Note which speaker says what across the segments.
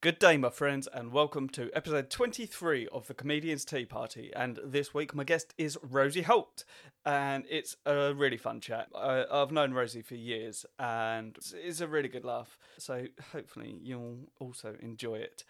Speaker 1: Good day, my friends, and welcome to episode 23 of the Comedians Tea Party. And this week, my guest is Rosie Holt, and it's a really fun chat. I, I've known Rosie for years, and it's- it's a really good laugh. So, hopefully, you'll also enjoy it.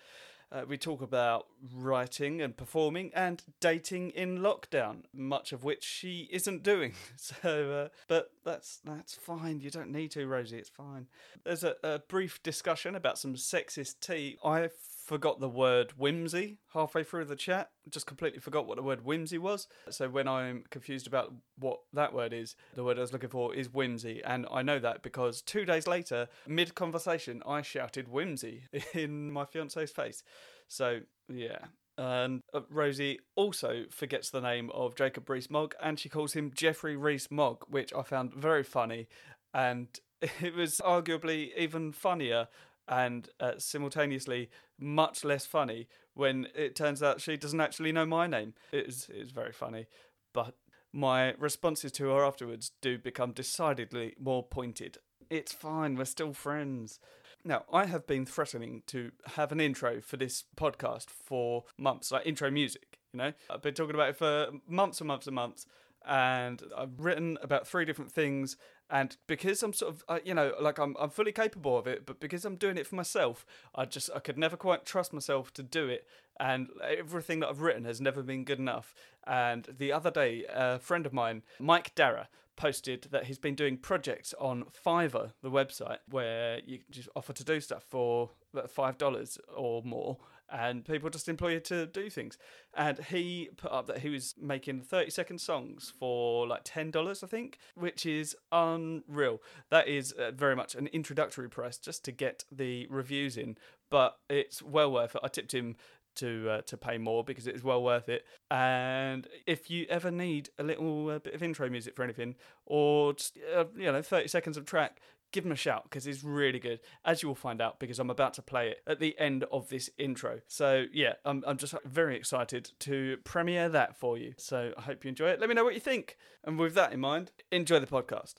Speaker 1: Uh, we talk about writing and performing and dating in lockdown, much of which she isn't doing. So, uh, but that's that's fine. You don't need to, Rosie. It's fine. There's a, a brief discussion about some sexist tea. I forgot the word whimsy halfway through the chat. Just completely forgot what the word whimsy was. So when I'm confused about what that word is, the word I was looking for is whimsy, and I know that because two days later, mid conversation, I shouted whimsy in my fiance's face. So yeah. And uh, Rosie also forgets the name of Jacob Rees-Mogg, and she calls him Jeffrey Rees-Mogg, which I found very funny, and it was arguably even funnier and uh, simultaneously much less funny when it turns out she doesn't actually know my name. It is it is very funny, but my responses to her afterwards do become decidedly more pointed. It's fine, we're still friends. Now, I have been threatening to have an intro for this podcast for months, like intro music, you know? I've been talking about it for months and months and months, and I've written about three different things. And because I'm sort of, uh, you know, like I'm, I'm fully capable of it, but because I'm doing it for myself, I just, I could never quite trust myself to do it. And everything that I've written has never been good enough. And the other day, a friend of mine, Mike Darra, posted that he's been doing projects on Fiverr, the website, where you can just offer to do stuff for like, five dollars or more, and people just employ you to do things. And he put up that he was making thirty-second songs for like ten dollars, I think, which is unreal. That is uh, very much an introductory price just to get the reviews in, but it's well worth it. I tipped him to uh, to pay more because it is well worth it. And if you ever need a little uh, bit of intro music for anything, or just uh, you know thirty seconds of track, give him a shout because it's really good. As you will find out, because I'm about to play it at the end of this intro. So yeah, I'm I'm just very excited to premiere that for you. So I hope you enjoy it. Let me know what you think. And with that in mind, enjoy the podcast.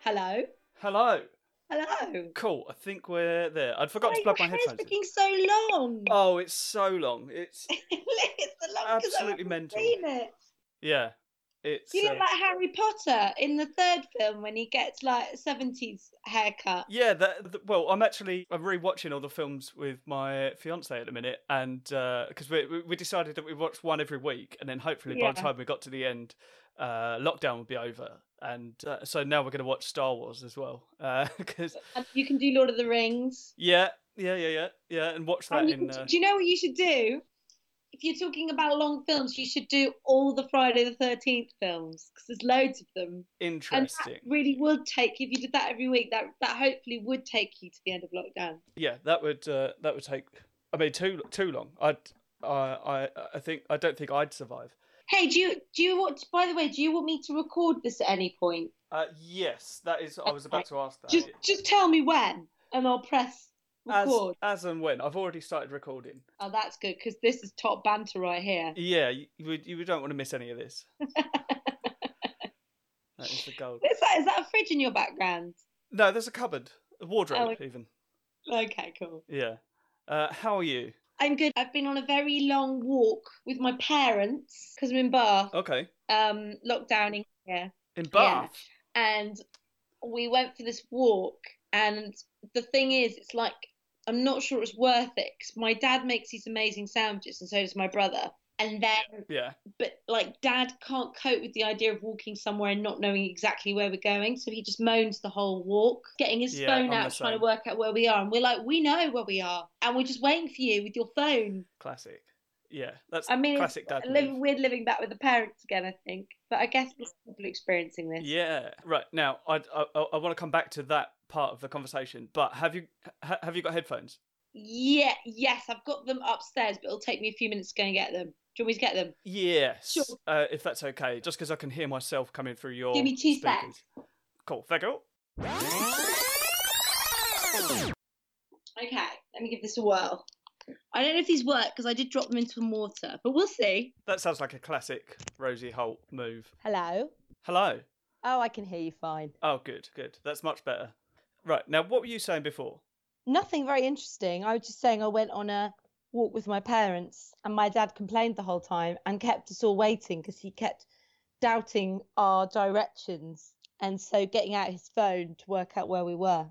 Speaker 2: Hello.
Speaker 1: Hello.
Speaker 2: Hello.
Speaker 1: Cool. I think we're there. I'd forgot
Speaker 2: Why
Speaker 1: to plug
Speaker 2: your
Speaker 1: my
Speaker 2: hair's
Speaker 1: headphones. In.
Speaker 2: looking so long.
Speaker 1: Oh, it's so long. It's
Speaker 2: it's the longest I've
Speaker 1: Absolutely
Speaker 2: ever
Speaker 1: mental.
Speaker 2: seen it.
Speaker 1: yeah. It's
Speaker 2: You
Speaker 1: uh,
Speaker 2: look like Harry Potter in the third film when he gets like a 70s haircut.
Speaker 1: Yeah, that, th well, I'm actually I'm rewatching all the films with my fiance at the minute, and because we we we decided that we watched one every week, and then hopefully by the
Speaker 2: Yeah.
Speaker 1: time we got to the end, uh, lockdown would be over, and uh, so now we're going to watch Star Wars as well, because
Speaker 2: And you can do Lord of the Rings.
Speaker 1: yeah, yeah, yeah, yeah, yeah, and watch that
Speaker 2: And you
Speaker 1: in.
Speaker 2: can-
Speaker 1: Uh,
Speaker 2: do you know what you should do? If you're talking about long films, you should do all the Friday the 13th films because there's loads of them. And that
Speaker 1: interesting.
Speaker 2: really would take, if you did that every week, that, that hopefully would take you to the end of lockdown.
Speaker 1: Yeah, that would uh, that would take. I mean, too too long. I'd. I, I I think I don't think I'd survive.
Speaker 2: Hey, do you do you want? By the way, do you want me to record this at any point?
Speaker 1: Uh, yes, that is. I was about to ask that.
Speaker 2: Just just tell me when, and I'll press
Speaker 1: as,
Speaker 2: record.
Speaker 1: as and when. I've already started recording.
Speaker 2: Oh, that's good because this is top banter right here.
Speaker 1: Yeah, you, you would- you don't want to miss any of this. that is the goal.
Speaker 2: What's that? Is that a fridge in your background?
Speaker 1: No, there's a cupboard, a wardrobe,
Speaker 2: Oh.
Speaker 1: even.
Speaker 2: Okay, cool.
Speaker 1: Yeah. Uh, how are you?
Speaker 2: I'm good. I've been on a very long walk with my parents because I'm in Bath,
Speaker 1: Okay.
Speaker 2: um, lockdowning here,
Speaker 1: In Bath.
Speaker 2: and we went for this walk. And the thing is, it's like I'm not sure it's worth it 'cause my dad makes these amazing sandwiches, and so does my brother. And then
Speaker 1: Yeah.
Speaker 2: but like dad can't cope with the idea of walking somewhere and not knowing exactly where we're going so he just moans the whole walk getting his
Speaker 1: Yeah, I'm
Speaker 2: phone
Speaker 1: the
Speaker 2: out trying
Speaker 1: same.
Speaker 2: to work out where we are and we're like we know where we are and we're just waiting for you with your phone
Speaker 1: Classic. Yeah. That's
Speaker 2: i mean it's
Speaker 1: classic dad.
Speaker 2: a liv-
Speaker 1: move.
Speaker 2: weird living back with the parents again i think but i guess lots of people are experiencing this
Speaker 1: Yeah. Right. Now, I I, I want to come back to that part of the conversation, but have you ha- have you got headphones?
Speaker 3: Yeah, yes, I've got them upstairs, but it'll take me a few minutes to go and get them. Do you want me to get them?
Speaker 1: Yes,
Speaker 3: Sure.
Speaker 1: uh, if that's okay, just because I can hear myself coming through your.
Speaker 3: Give me two secs.
Speaker 1: speakers. Cool, thank you.
Speaker 3: Okay, let me give this a whirl. I don't know if these work because I did drop them into some water, but we'll see.
Speaker 1: That sounds like a classic Rosie Holt move.
Speaker 2: Hello.
Speaker 1: Hello.
Speaker 2: Oh, I can hear you fine.
Speaker 1: Oh, good, good. That's much better. Right now, what were you saying before?
Speaker 2: Nothing very interesting. I was just saying I went on a walk with my parents and my dad complained the whole time and kept us all waiting because he kept doubting our directions and so getting out his phone to work out where we were.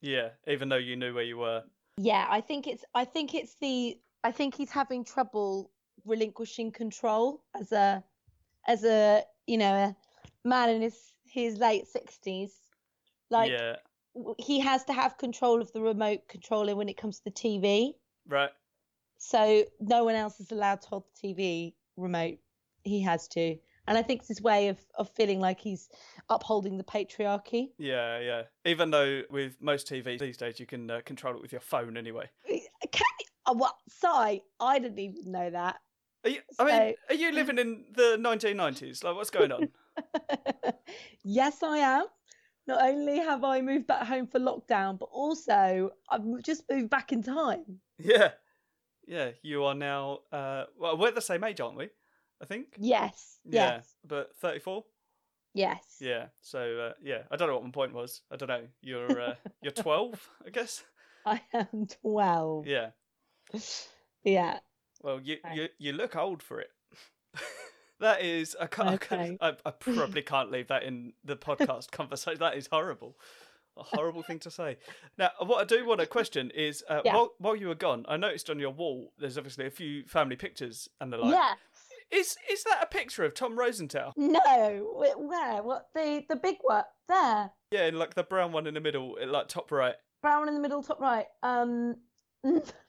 Speaker 1: Yeah, even though you knew where you were.
Speaker 2: Yeah, I think it's I think it's the I think he's having trouble relinquishing control as a as a you know a man in his his late 60s. Like
Speaker 1: yeah,
Speaker 2: w- he has to have control of the remote controller when it comes to the TV.
Speaker 1: right.
Speaker 2: So no one else is allowed to hold the TV remote. He has to. And I think it's his way of, of feeling like he's upholding the patriarchy.
Speaker 1: Yeah, yeah. Even though with most TV these days you can uh, control it with your phone anyway.
Speaker 2: Can oh, what? Sorry, I didn't even know that.
Speaker 1: Are you, I mean, are you living in the 1990s? Like, what's going on?
Speaker 2: yes, I am. Not only have I moved back home for lockdown, but also I've m- just moved back in time.
Speaker 1: yeah, yeah. You are now. Uh, well, we're the same age, aren't we? I think.
Speaker 2: Yes,
Speaker 1: Yeah,
Speaker 2: yes,
Speaker 1: but 34.
Speaker 2: yes.
Speaker 1: Yeah. So uh, yeah, I don't know what my point was. I don't know. You're uh, you're 12, I guess.
Speaker 2: I am 12.
Speaker 1: Yeah.
Speaker 2: Yeah.
Speaker 1: Well, you
Speaker 2: Right.
Speaker 1: you you look old for it. that is, I can't. I can't- I, I probably can't leave that in the podcast conversation. That is horrible. A horrible thing to say. Now, what I do want to question is, uh,
Speaker 2: Yeah.
Speaker 1: while while you were gone, I noticed on your wall there's obviously a few family pictures and the like.
Speaker 2: Yes.
Speaker 1: Is is that a picture of Tom Rosenthal?
Speaker 2: No. wh- Where? What? The the big one there.
Speaker 1: Yeah, in like the brown one in the middle, in, like top right.
Speaker 2: Brown one in the middle, top right. Um.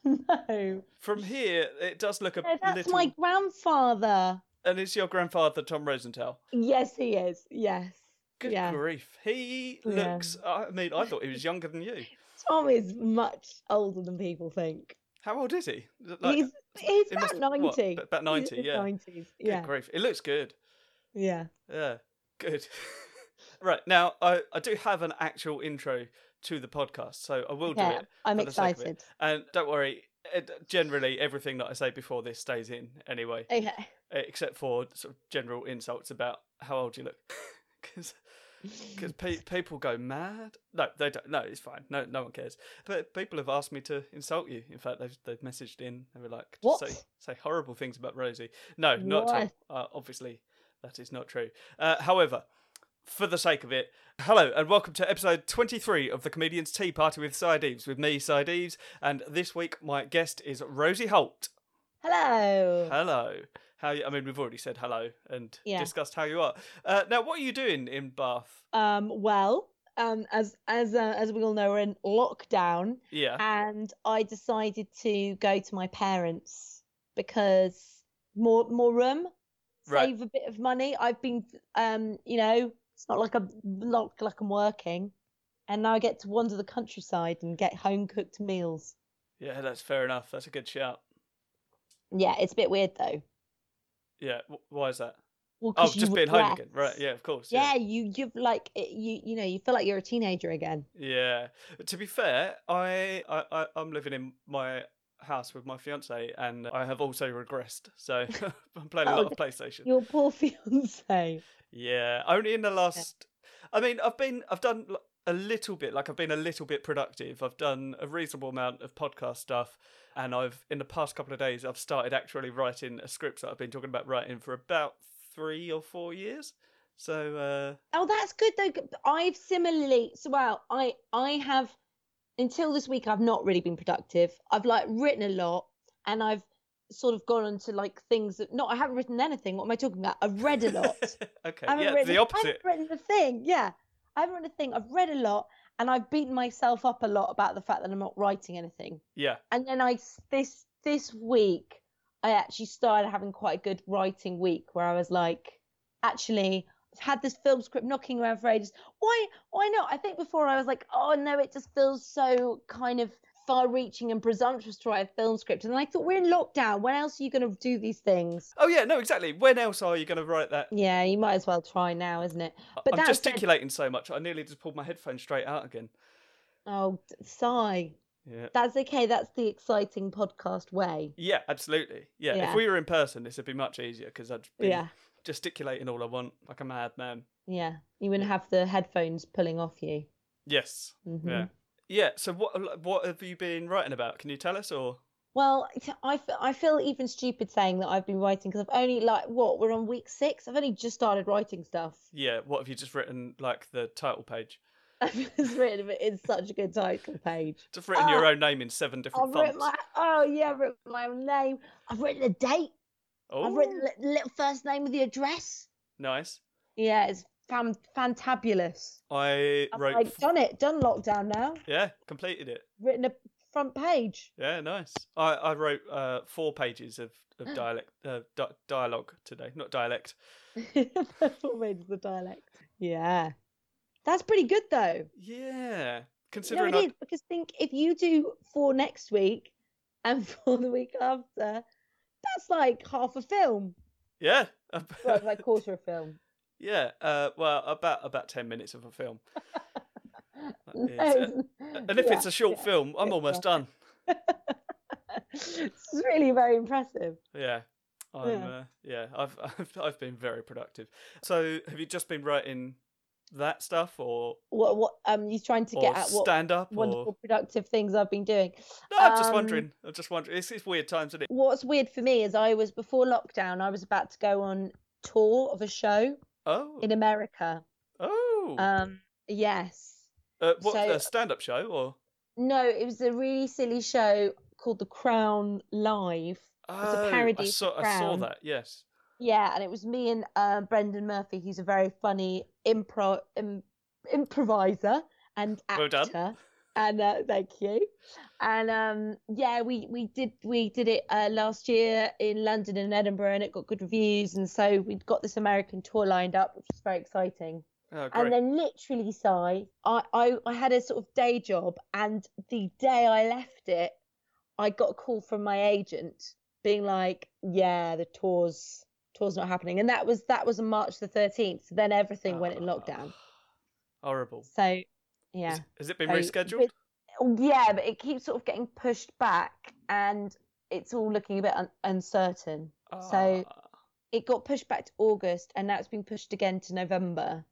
Speaker 2: No.
Speaker 1: From here, it does look a
Speaker 2: No, that's
Speaker 1: little.
Speaker 2: my grandfather.
Speaker 1: And it's your grandfather, Tom Rosenthal.
Speaker 2: Yes, he is. Yes.
Speaker 1: Good
Speaker 2: Yeah.
Speaker 1: grief, he
Speaker 2: Yeah.
Speaker 1: looks. I mean, I thought he was younger than you.
Speaker 2: Tom is much older than people think.
Speaker 1: How old is he? Is it like-
Speaker 2: he's he's
Speaker 1: it must-
Speaker 2: about
Speaker 1: what,
Speaker 2: ninety.
Speaker 1: about 90, yeah.
Speaker 2: Nineties.
Speaker 1: good
Speaker 2: Yeah.
Speaker 1: grief. It looks good.
Speaker 2: Yeah.
Speaker 1: Yeah, good. right, now I, I do have an actual intro to the podcast, so I will do
Speaker 2: Yeah,
Speaker 1: it.
Speaker 2: I'm
Speaker 1: for the sake of it.
Speaker 2: excited.
Speaker 1: And don't worry, it, generally everything that I say before this stays in anyway,
Speaker 2: Okay.
Speaker 1: except for sort of general insults about how old you look. Because pe- people go mad. No, they don't. No, it's fine. No, no one cares. But people have asked me to insult you. In fact, they've they've messaged in. They were like,
Speaker 2: What?
Speaker 1: say say horrible things about Rosie. No, not at
Speaker 2: What?
Speaker 1: all. Uh, obviously, that is not true. Uh, however, for the sake of it, hello and welcome to episode 23 of the Comedians Tea Party with Side Eves, with me, Side Eves, and this week my guest is Rosie Holt.
Speaker 2: Hello.
Speaker 1: Hello. How you, I mean, we've already said hello and
Speaker 2: Yeah.
Speaker 1: discussed how you are. Uh, now, what are you doing in Bath?
Speaker 2: Um. Well. Um. As as uh, as we all know, we're in lockdown,
Speaker 1: Yeah.
Speaker 2: and I decided to go to my parents because more more room,
Speaker 1: Right.
Speaker 2: save a bit of money. I've been um. You know, it's not like I'm like like I'm working, and now I get to wander the countryside and get home cooked meals.
Speaker 1: Yeah, that's fair enough. That's a good shout.
Speaker 2: Yeah, it's a bit weird though.
Speaker 1: Yeah, wh- why is that?
Speaker 2: Well,
Speaker 1: Oh,
Speaker 2: 'cause you
Speaker 1: just being home again.
Speaker 2: regret.
Speaker 1: Right, yeah, of course.
Speaker 2: Yeah, you you've like it- you you know you feel like you're a teenager again.
Speaker 1: Yeah. To be fair, I, I, I I'm living in my house with my fiance and I have also regressed. So I'm playing a
Speaker 2: Oh,
Speaker 1: lot of PlayStation.
Speaker 2: Your poor fiance.
Speaker 1: Yeah, only in the last I mean, I've been I've done l- a little bit, like I've been a little bit productive. I've done a reasonable amount of podcast stuff and I've in the past couple of days I've started actually writing a script that I've been talking about writing for about 3 or 4 years. So uh
Speaker 2: Oh, that's good though. g- I've similarly so well. I I have until this week I've not really been productive. I've like written a lot and I've sort of gone on to like things that no I haven't written anything. What am I talking about? I've read a lot.
Speaker 1: uh, okay,
Speaker 2: I haven't
Speaker 1: yeah,
Speaker 2: written,
Speaker 1: the opposite.
Speaker 2: I haven't written a thing. Yeah, I haven't written a thing. I've read a lot and I've beaten myself up a lot about the fact that I'm not writing anything.
Speaker 1: Yeah,
Speaker 2: and then I s- this this week I actually started having quite a good writing week where I was like, actually, I've had this film script knocking around for ages. Why why not? I think before I was like, oh no, it just feels so kind of far reaching and presumptuous to write a film script. And I thought, we're in lockdown. When else are you going to do these things?
Speaker 1: Oh yeah, no, exactly. When else are you going to write that?
Speaker 2: Yeah, you might as well try now, isn't it?
Speaker 1: But I'm
Speaker 2: that said-
Speaker 1: gesticulating so much. I nearly just pulled my headphones straight out again.
Speaker 2: Oh, d- sigh.
Speaker 1: Yeah.
Speaker 2: That's okay. That's the exciting podcast way.
Speaker 1: Yeah, absolutely. Yeah. If
Speaker 2: Yeah.
Speaker 1: we were in person, this would be much easier because I'd be
Speaker 2: Yeah.
Speaker 1: gesticulating all I want like a madman.
Speaker 2: Yeah. You wouldn't have the headphones pulling off you.
Speaker 1: Yes.
Speaker 2: hmm
Speaker 1: Yeah. Yeah. So what what have you been writing about? Can you tell us or?
Speaker 2: Well, t- I, f- I feel even stupid saying that I've been writing because I've only, like, what? We're on week six? I've only just started writing stuff.
Speaker 1: Yeah, what have you just written like the title page?
Speaker 2: I've just written it. It's such a good title page.
Speaker 1: Just written your
Speaker 2: Ah,
Speaker 1: own name in seven different
Speaker 2: I've
Speaker 1: fonts.
Speaker 2: written my, oh, yeah, I've written my own name. I've written a date.
Speaker 1: Oh,
Speaker 2: I've written li- little first name with the address.
Speaker 1: nice.
Speaker 2: Yeah, it's fan- fantabulous.
Speaker 1: I
Speaker 2: I've
Speaker 1: wrote.
Speaker 2: like, done it, done lockdown now.
Speaker 1: yeah, completed it.
Speaker 2: Written a front page.
Speaker 1: Yeah, nice. I, I wrote uh, four pages of, of
Speaker 2: Mm.
Speaker 1: dialect uh, di- dialogue today, not dialect.
Speaker 2: Purple Maids, the dialect. Yeah. That's pretty good though.
Speaker 1: Yeah,
Speaker 2: No,
Speaker 1: considering
Speaker 2: it is because think if you do four next week and four the week after, that's like half a film.
Speaker 1: I,
Speaker 2: Well,
Speaker 1: yeah,
Speaker 2: like quarter a film.
Speaker 1: yeah. Uh, well, about about ten minutes of a film,
Speaker 2: No,
Speaker 1: is, uh,
Speaker 2: it's-
Speaker 1: and if it's
Speaker 2: yeah,
Speaker 1: a short
Speaker 2: yeah.
Speaker 1: film, I'm
Speaker 2: yeah,
Speaker 1: almost done.
Speaker 2: it's really very impressive.
Speaker 1: Yeah. I'm, yeah.
Speaker 2: Yeah.
Speaker 1: Uh, yeah, I've, I've I've been very productive. So, have you just been writing that stuff, or
Speaker 2: What what um you trying to
Speaker 1: or
Speaker 2: get at what
Speaker 1: stand up,
Speaker 2: wonderful
Speaker 1: or
Speaker 2: productive things I've been doing.
Speaker 1: no? I'm just
Speaker 2: um,
Speaker 1: wondering. I'm just wondering. It's, it's weird times, isn't it?
Speaker 2: What's weird for me is I was before lockdown, I was about to go on tour of a show
Speaker 1: Oh,
Speaker 2: in America.
Speaker 1: oh,
Speaker 2: Um, yes.
Speaker 1: uh, what
Speaker 2: so-
Speaker 1: a stand-up show, or
Speaker 2: No, it was a really silly show called The Crown Live.
Speaker 1: oh,
Speaker 2: parody
Speaker 1: I
Speaker 2: of The
Speaker 1: saw, I saw
Speaker 2: Crown.
Speaker 1: that. Yes.
Speaker 2: Yeah, and it was me and uh, Brendan Murphy, who's a very funny impro im- improviser and
Speaker 1: Well done.
Speaker 2: actor. And uh, thank you. And um, yeah, we, we did we did it uh, last year in London and Edinburgh, and it got good reviews. And so we'd got this American tour lined up, which is very exciting.
Speaker 1: Oh,
Speaker 2: And
Speaker 1: great.
Speaker 2: then literally, Si, I, I, I had a sort of day job, and the day I left it, I got a call from my agent being like, "Yeah, the tour's tour's not happening," and that was that was on March the thirteenth. So then everything went in
Speaker 1: Ah,
Speaker 2: lockdown.
Speaker 1: Horrible.
Speaker 2: So, yeah,
Speaker 1: Is- has it been
Speaker 2: So,
Speaker 1: rescheduled?
Speaker 2: but- yeah, but it keeps sort of getting pushed back, and it's all looking a bit un- uncertain. so-
Speaker 1: Ah,
Speaker 2: It got pushed back to August, and now it's been pushed again to November.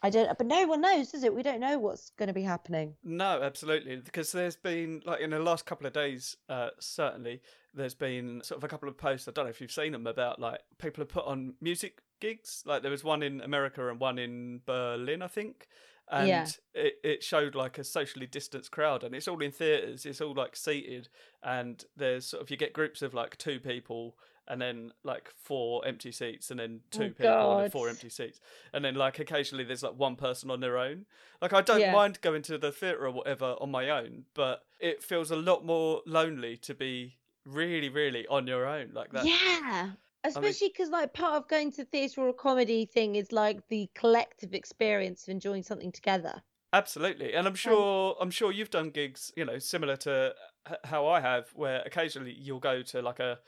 Speaker 2: I don't, but no one knows, does it? We don't know what's going to be happening.
Speaker 1: no, absolutely, because there's been like in the last couple of days, uh, certainly there's been sort of a couple of posts. I don't know if you've seen them about like people have put on music gigs. Like there was one in America and one in Berlin, I think. And
Speaker 2: Yeah.
Speaker 1: it, it showed like a socially distanced crowd, and it's all in theatres. It's all like seated, and there's sort of you get groups of like two people, and then like four empty seats, and then
Speaker 2: Oh,
Speaker 1: two people, and then
Speaker 2: God.
Speaker 1: four empty seats, and then like occasionally there's like one person on their own. Like I don't
Speaker 2: Yeah.
Speaker 1: mind going to the theatre or whatever on my own, but it feels a lot more lonely to be really, really on your own like that.
Speaker 2: Yeah. Especially because, like, part of going to theatre or a comedy thing is like the collective experience of enjoying something together.
Speaker 1: Absolutely, and I'm sure I'm sure you've done gigs, you know, similar to h- how I have, where occasionally you'll go to like a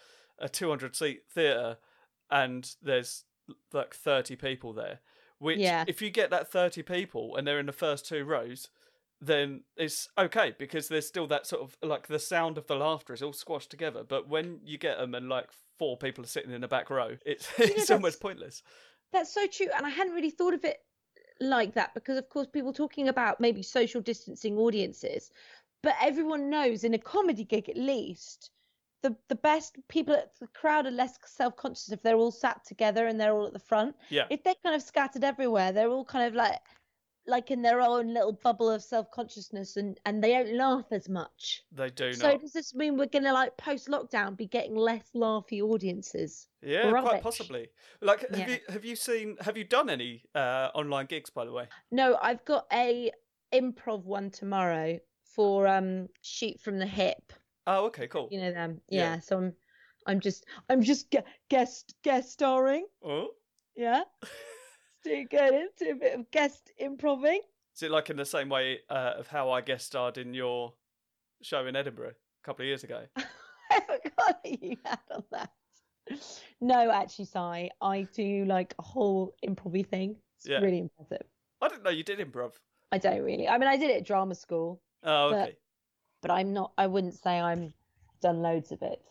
Speaker 1: a 200 seat theatre, and there's like 30 people there. Which,
Speaker 2: Yeah.
Speaker 1: if you get that 30 people and they're in the first two rows, then it's okay because there's still that sort of like the sound of the laughter is all squashed together. But when you get them and like four people are sitting in the back row, it's
Speaker 2: know,
Speaker 1: it's
Speaker 2: that's-
Speaker 1: almost pointless.
Speaker 2: That's so true. And I hadn't really thought of it like that because, of course, people talking about maybe social distancing audiences, but everyone knows in a comedy gig at least. The, the best people at the crowd are less self conscious if they're all sat together and they're all at the front.
Speaker 1: Yeah.
Speaker 2: If they're kind of scattered everywhere, they're all kind of like like in their own little bubble of self consciousness and, and they don't laugh as much.
Speaker 1: They do
Speaker 2: So
Speaker 1: not.
Speaker 2: does this mean we're gonna like post lockdown be getting less laughy audiences?
Speaker 1: Yeah, quite
Speaker 2: rubbish.
Speaker 1: possibly. Like, have
Speaker 2: Yeah.
Speaker 1: you have you seen? Have you done any uh, online gigs, by the way?
Speaker 2: No, I've got a improv one tomorrow for um shoot from the hip.
Speaker 1: Oh, okay, cool.
Speaker 2: You know them.
Speaker 1: Yeah.
Speaker 2: Yeah. So I'm I'm just I'm just gu- guest guest starring.
Speaker 1: Oh,
Speaker 2: Yeah. Still going into a bit of guest improving.
Speaker 1: is it like in the same way uh, of how I guest starred in your show in Edinburgh a couple of years ago.
Speaker 2: I forgot that you had on that. No, actually, Si, I do like a whole improv thing. It's
Speaker 1: Yeah.
Speaker 2: really impressive.
Speaker 1: I didn't know you did improv.
Speaker 2: I don't really. I mean, I did it at drama school,
Speaker 1: Oh,
Speaker 2: But-
Speaker 1: okay.
Speaker 2: but I'm not. I wouldn't say I'm done loads of it.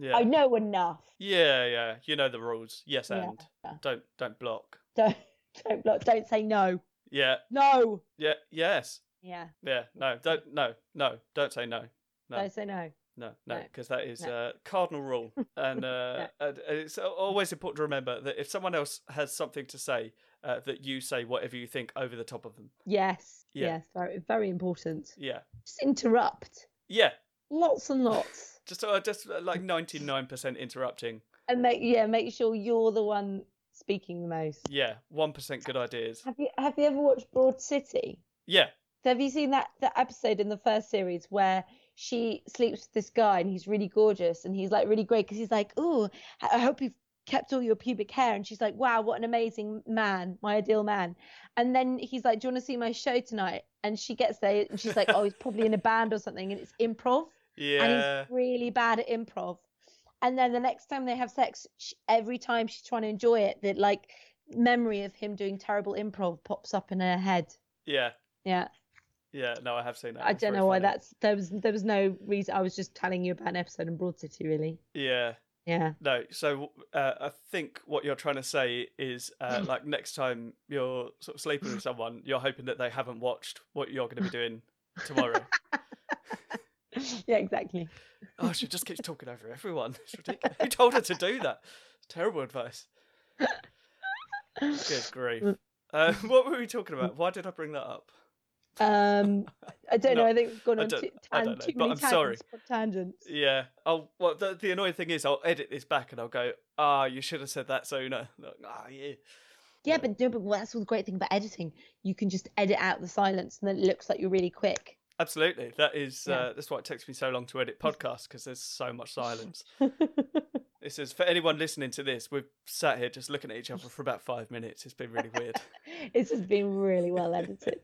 Speaker 1: yeah.
Speaker 2: I know enough.
Speaker 1: Yeah, yeah. You know the rules. Yes,
Speaker 2: Yeah,
Speaker 1: and
Speaker 2: yeah.
Speaker 1: don't don't block.
Speaker 2: Don't don't block, don't say no.
Speaker 1: Yeah,
Speaker 2: No.
Speaker 1: yeah, yes,
Speaker 2: Yeah.
Speaker 1: yeah. No, don't. No, no. Don't say no. No.
Speaker 2: Don't say no.
Speaker 1: No, no,
Speaker 2: No.
Speaker 1: because that is
Speaker 2: No.
Speaker 1: uh, cardinal rule, and, uh, and and it's al- always important to remember that if someone else has something to say, uh, that you say whatever you think over the top of them.
Speaker 2: Yes.
Speaker 1: Yeah.
Speaker 2: Yes. Very very important.
Speaker 1: Yeah,
Speaker 2: Just interrupt.
Speaker 1: yeah.
Speaker 2: Lots and lots.
Speaker 1: Just uh, just uh, like ninety nine percent interrupting.
Speaker 2: and make yeah, make sure you're the one speaking the most.
Speaker 1: Yeah, one percent good ideas.
Speaker 2: Have you have you ever watched Broad City?
Speaker 1: Yeah,
Speaker 2: Have you seen that that episode in the first series where she sleeps with this guy and he's really gorgeous and he's like really great because he's like, oh, I I hope you've kept all your pubic hair and she's like, wow, what an amazing man, my ideal man. And then he's like, do you want to see my show tonight? And she gets there and she's like, oh, he's probably in a band or something and it's improv
Speaker 1: yeah,
Speaker 2: and he's really bad at improv. And then the next time they have sex, sh every time she's trying to enjoy it, that like memory of him doing terrible improv pops up in her head.
Speaker 1: yeah,
Speaker 2: Yeah,
Speaker 1: yeah. No, I have seen that.
Speaker 2: I
Speaker 1: It's
Speaker 2: don't
Speaker 1: very
Speaker 2: know why
Speaker 1: funny.
Speaker 2: that's there was there was no reason. I was just telling you about an episode in Broad City, really.
Speaker 1: Yeah.
Speaker 2: Yeah,
Speaker 1: No, so uh, I think what you're trying to say is uh, like next time you're sort of sleeping with someone, you're hoping that they haven't watched what you're going to be doing tomorrow.
Speaker 2: yeah, exactly.
Speaker 1: oh, she just keeps talking over everyone. It's ridiculous. Who told her to do that? Terrible advice. Good grief. Uh, what were we talking about? Why did I bring that up?
Speaker 2: Um, I don't
Speaker 1: No,
Speaker 2: know. I think we've gone
Speaker 1: I
Speaker 2: on
Speaker 1: don't-
Speaker 2: too,
Speaker 1: I
Speaker 2: tan-
Speaker 1: don't know,
Speaker 2: too
Speaker 1: but
Speaker 2: many
Speaker 1: I'm sorry.
Speaker 2: tangents. tangents.
Speaker 1: Yeah. I'll, well, the, the annoying thing is, I'll edit this back and I'll go, ah, you should have said that sooner. Like, Ah, yeah.
Speaker 2: Yeah,
Speaker 1: Yeah.
Speaker 2: but no, but that's all the great thing about editing. You can just edit out the silence, and then it looks like you're really quick.
Speaker 1: Absolutely. That is
Speaker 2: Yeah.
Speaker 1: uh, that's why it takes me so long to edit podcasts because there's so much silence. this is for anyone listening to this. We've sat here just looking at each other for about five minutes. It's been really weird.
Speaker 2: This has been really well edited.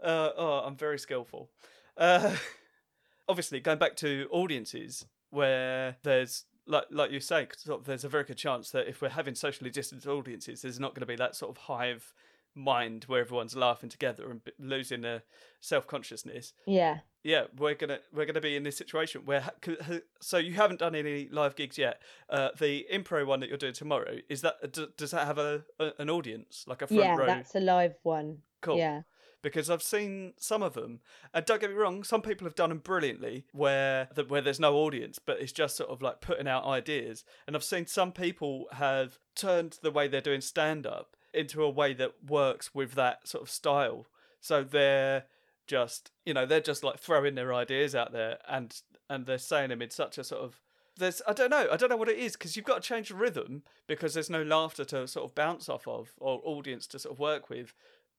Speaker 1: uh, oh, I'm very skillful. Uh, obviously, going back to audiences where there's like like you say, sort of, there's a very good chance that if we're having socially distanced audiences, there's not going to be that sort of hive mind where everyone's laughing together and b- losing their self consciousness
Speaker 2: Yeah.
Speaker 1: yeah we're gonna we're gonna be in this situation where ha- c- h- so you haven't done any live gigs yet uh the impro one that you're doing tomorrow is that d- does that have a, a an audience like a front
Speaker 2: yeah,
Speaker 1: row
Speaker 2: that's a live one.
Speaker 1: cool
Speaker 2: Yeah.
Speaker 1: because i've seen some of them and don't get me wrong some people have done them brilliantly where the, where there's no audience but it's just sort of like putting out ideas and i've seen some people have turned the way they're doing stand up into a way that works with that sort of style so they're just you know they're just like throwing their ideas out there and and they're saying them in such a sort of there's i don't know i don't know what it is because you've got to change the rhythm because there's no laughter to sort of bounce off of or audience to sort of work with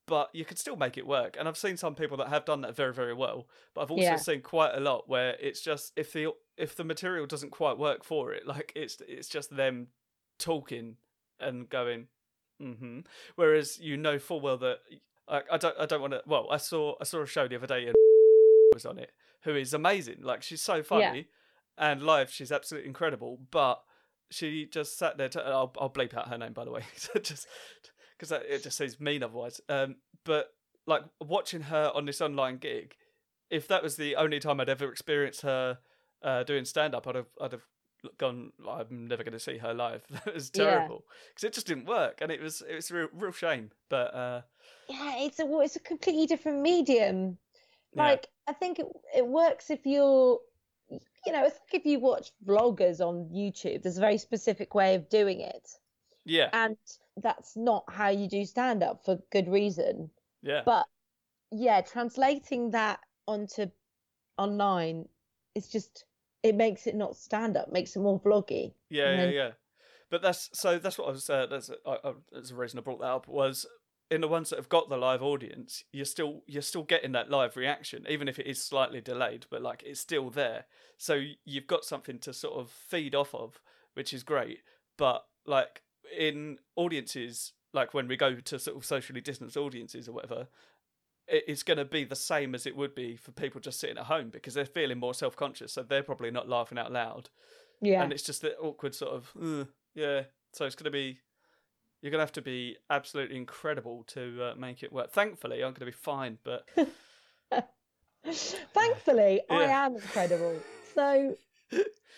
Speaker 1: but you can still make it work and i've seen some people that have done that very very well but i've also
Speaker 2: Yeah.
Speaker 1: seen quite a lot where it's just if the if the material doesn't quite work for it like it's it's just them talking and going mm-hmm whereas you know full well that I, I don't I don't want to. Well, I saw I saw a show the other day and was on it, who is amazing. Like she's so funny, and live she's absolutely incredible. But she just sat there. To, I'll I'll bleep out her name by the way, so just because it just seems mean otherwise. Um, but like watching her on this online gig, if that was the only time I'd ever experienced her uh, doing stand up, I'd have I'd have gone. I'm never going to see her live. That was
Speaker 2: Yeah.
Speaker 1: terrible because it just didn't work, and it was it was a real, real shame. But uh,
Speaker 2: Yeah, it's a well, it's a completely different medium.
Speaker 1: yeah.
Speaker 2: Like I think it it works if you're you know, it's like if you watch vloggers on YouTube, there's a very specific way of doing it.
Speaker 1: Yeah,
Speaker 2: And that's not how you do stand up for good reason.
Speaker 1: yeah,
Speaker 2: But yeah, translating that onto online is just it makes it not stand up, makes it more vloggy.
Speaker 1: yeah, yeah,
Speaker 2: then-
Speaker 1: yeah. But that's so. That's what I was. Uh, that's I, I, that's the reason I brought that up was in the ones that have got the live audience, you're still you're still getting that live reaction, even if it is slightly delayed. But like it's still there, so y- you've got something to sort of feed off of, which is great. But like in audiences, like when we go to sort of socially distanced audiences or whatever, it- it's going to be the same as it would be for people just sitting at home because they're feeling more self conscious, so they're probably not laughing out loud,
Speaker 2: Yeah.
Speaker 1: and it's just that awkward sort of "Ugh, yeah. So it's going to be you're going to have to be absolutely incredible to uh, make it work. Thankfully, I'm going to be fine, but
Speaker 2: Thankfully, I
Speaker 1: Yeah.
Speaker 2: am incredible. So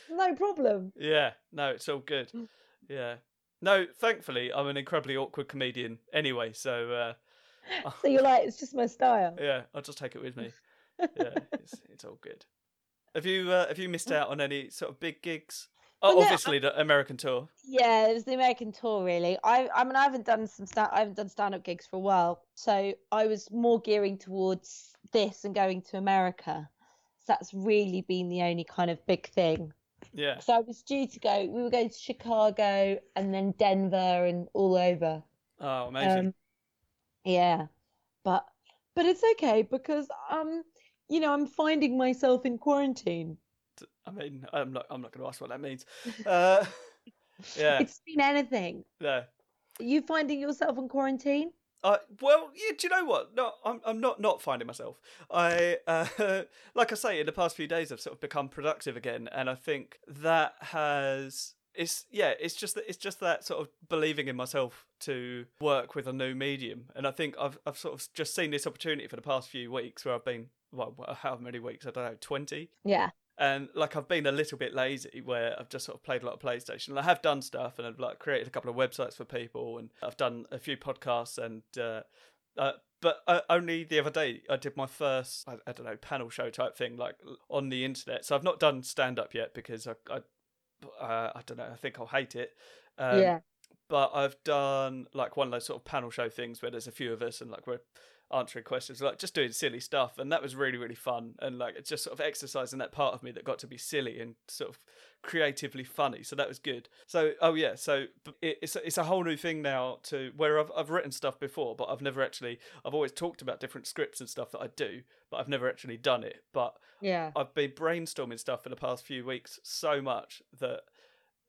Speaker 2: no problem.
Speaker 1: Yeah, no, it's all good.
Speaker 2: Mm.
Speaker 1: Yeah. No, thankfully, I'm an incredibly awkward comedian anyway, so uh,
Speaker 2: So you're like, it's just my style.
Speaker 1: yeah, I'll just take it with me. Yeah, it's, it's all good. Have you uh, have you missed out on any sort of big gigs? Oh,
Speaker 2: Well, Mm. no, I-
Speaker 1: obviously the American tour.
Speaker 2: Yeah, it was the American tour really. I I mean I haven't done some sta- I haven't done stand up gigs for a while. So I was more gearing towards this and going to America. So that's really been the only kind of big thing.
Speaker 1: Yeah,
Speaker 2: So I was due to go we were going to Chicago and then Denver and all over.
Speaker 1: oh, amazing.
Speaker 2: Um, yeah, but but it's okay because um you know I'm finding myself in quarantine.
Speaker 1: I mean, I'm not I'm not going to ask what that means. Uh, yeah,
Speaker 2: It's been anything.
Speaker 1: no.
Speaker 2: Are you finding yourself in quarantine?
Speaker 1: Uh, well, yeah. Do you know what? No, I'm I'm not not finding myself. I uh, like I say, in the past few days, I've sort of become productive again, and I think that has it's yeah, it's just that it's just that sort of believing in myself to work with a new medium, and I think I've I've sort of just seen this opportunity for the past few weeks where I've been well, how many weeks? I don't know, twenty
Speaker 2: Yeah.
Speaker 1: and like I've been a little bit lazy where I've just sort of played a lot of PlayStation. I have done stuff and I've like created a couple of websites for people and I've done a few podcasts and uh, uh but uh, only the other day I did my first I, I don't know panel show type thing like l- on the internet. So I've not done stand up yet because I I, uh, I don't know I think I'll hate it. Um,
Speaker 2: yeah.
Speaker 1: but I've done like one of those sort of panel show things where there's a few of us and like we're answering questions, like just doing silly stuff, and that was really really fun and like it's just sort of exercising that part of me that got to be silly and sort of creatively funny. So that was good. So oh yeah, so b- it- it's a- it's a whole new thing now to where I've I've written stuff before, but I've never actually I've always talked about different scripts and stuff that I do, but I've never actually done it. But
Speaker 2: Yeah.
Speaker 1: I've been brainstorming stuff for the past few weeks so much that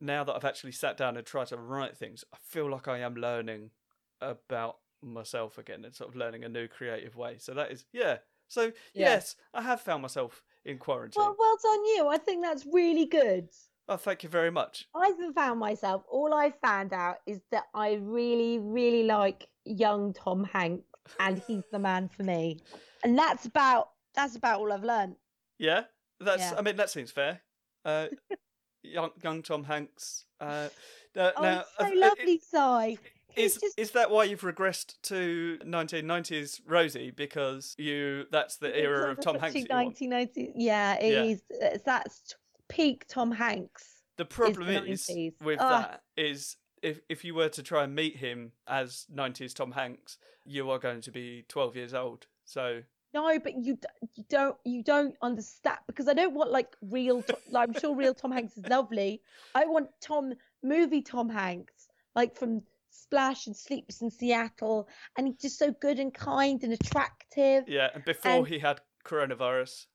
Speaker 1: now that I've actually sat down and tried to write things, I feel like I am learning about myself again and sort of learning a new creative way. So that is, yeah. So,
Speaker 2: Yeah.
Speaker 1: yes, I have found myself in quarantine.
Speaker 2: Well, well done you. I think that's really good.
Speaker 1: oh, thank you very much.
Speaker 2: I've found myself. All I found out is that I really, really like young Tom Hanks, and he's the man for me. And that's about that's about all I've learned.
Speaker 1: Yeah. That's,
Speaker 2: Yeah.
Speaker 1: I mean, that seems fair. Uh, young, young Tom Hanks. Uh, no,
Speaker 2: Oh,
Speaker 1: now,
Speaker 2: he's so
Speaker 1: I've- it- it-
Speaker 2: lovely, Si. He's
Speaker 1: Is
Speaker 2: just-
Speaker 1: is that why you've regressed to 1990s Rosie? Because you that's the
Speaker 2: It's
Speaker 1: era
Speaker 2: all
Speaker 1: of
Speaker 2: the
Speaker 1: Tom
Speaker 2: sort of
Speaker 1: Hanks. That you want.
Speaker 2: 1990s. Yeah, it
Speaker 1: Yeah.
Speaker 2: is. It's that's t- peak Tom Hanks.
Speaker 1: The problem
Speaker 2: the
Speaker 1: is
Speaker 2: 90s.
Speaker 1: with
Speaker 2: Ah.
Speaker 1: that is if if you were to try and meet him as 90s Tom Hanks, you are going to be 12 years old. So
Speaker 2: No, but you d- you don't you don't understand because I don't want like real. To- like, I'm sure real Tom Hanks is lovely. I want Tom movie Tom Hanks like from Splash and Sleepless in Seattle, and he's just so good and kind and attractive.
Speaker 1: yeah, and before
Speaker 2: And-
Speaker 1: he had coronavirus,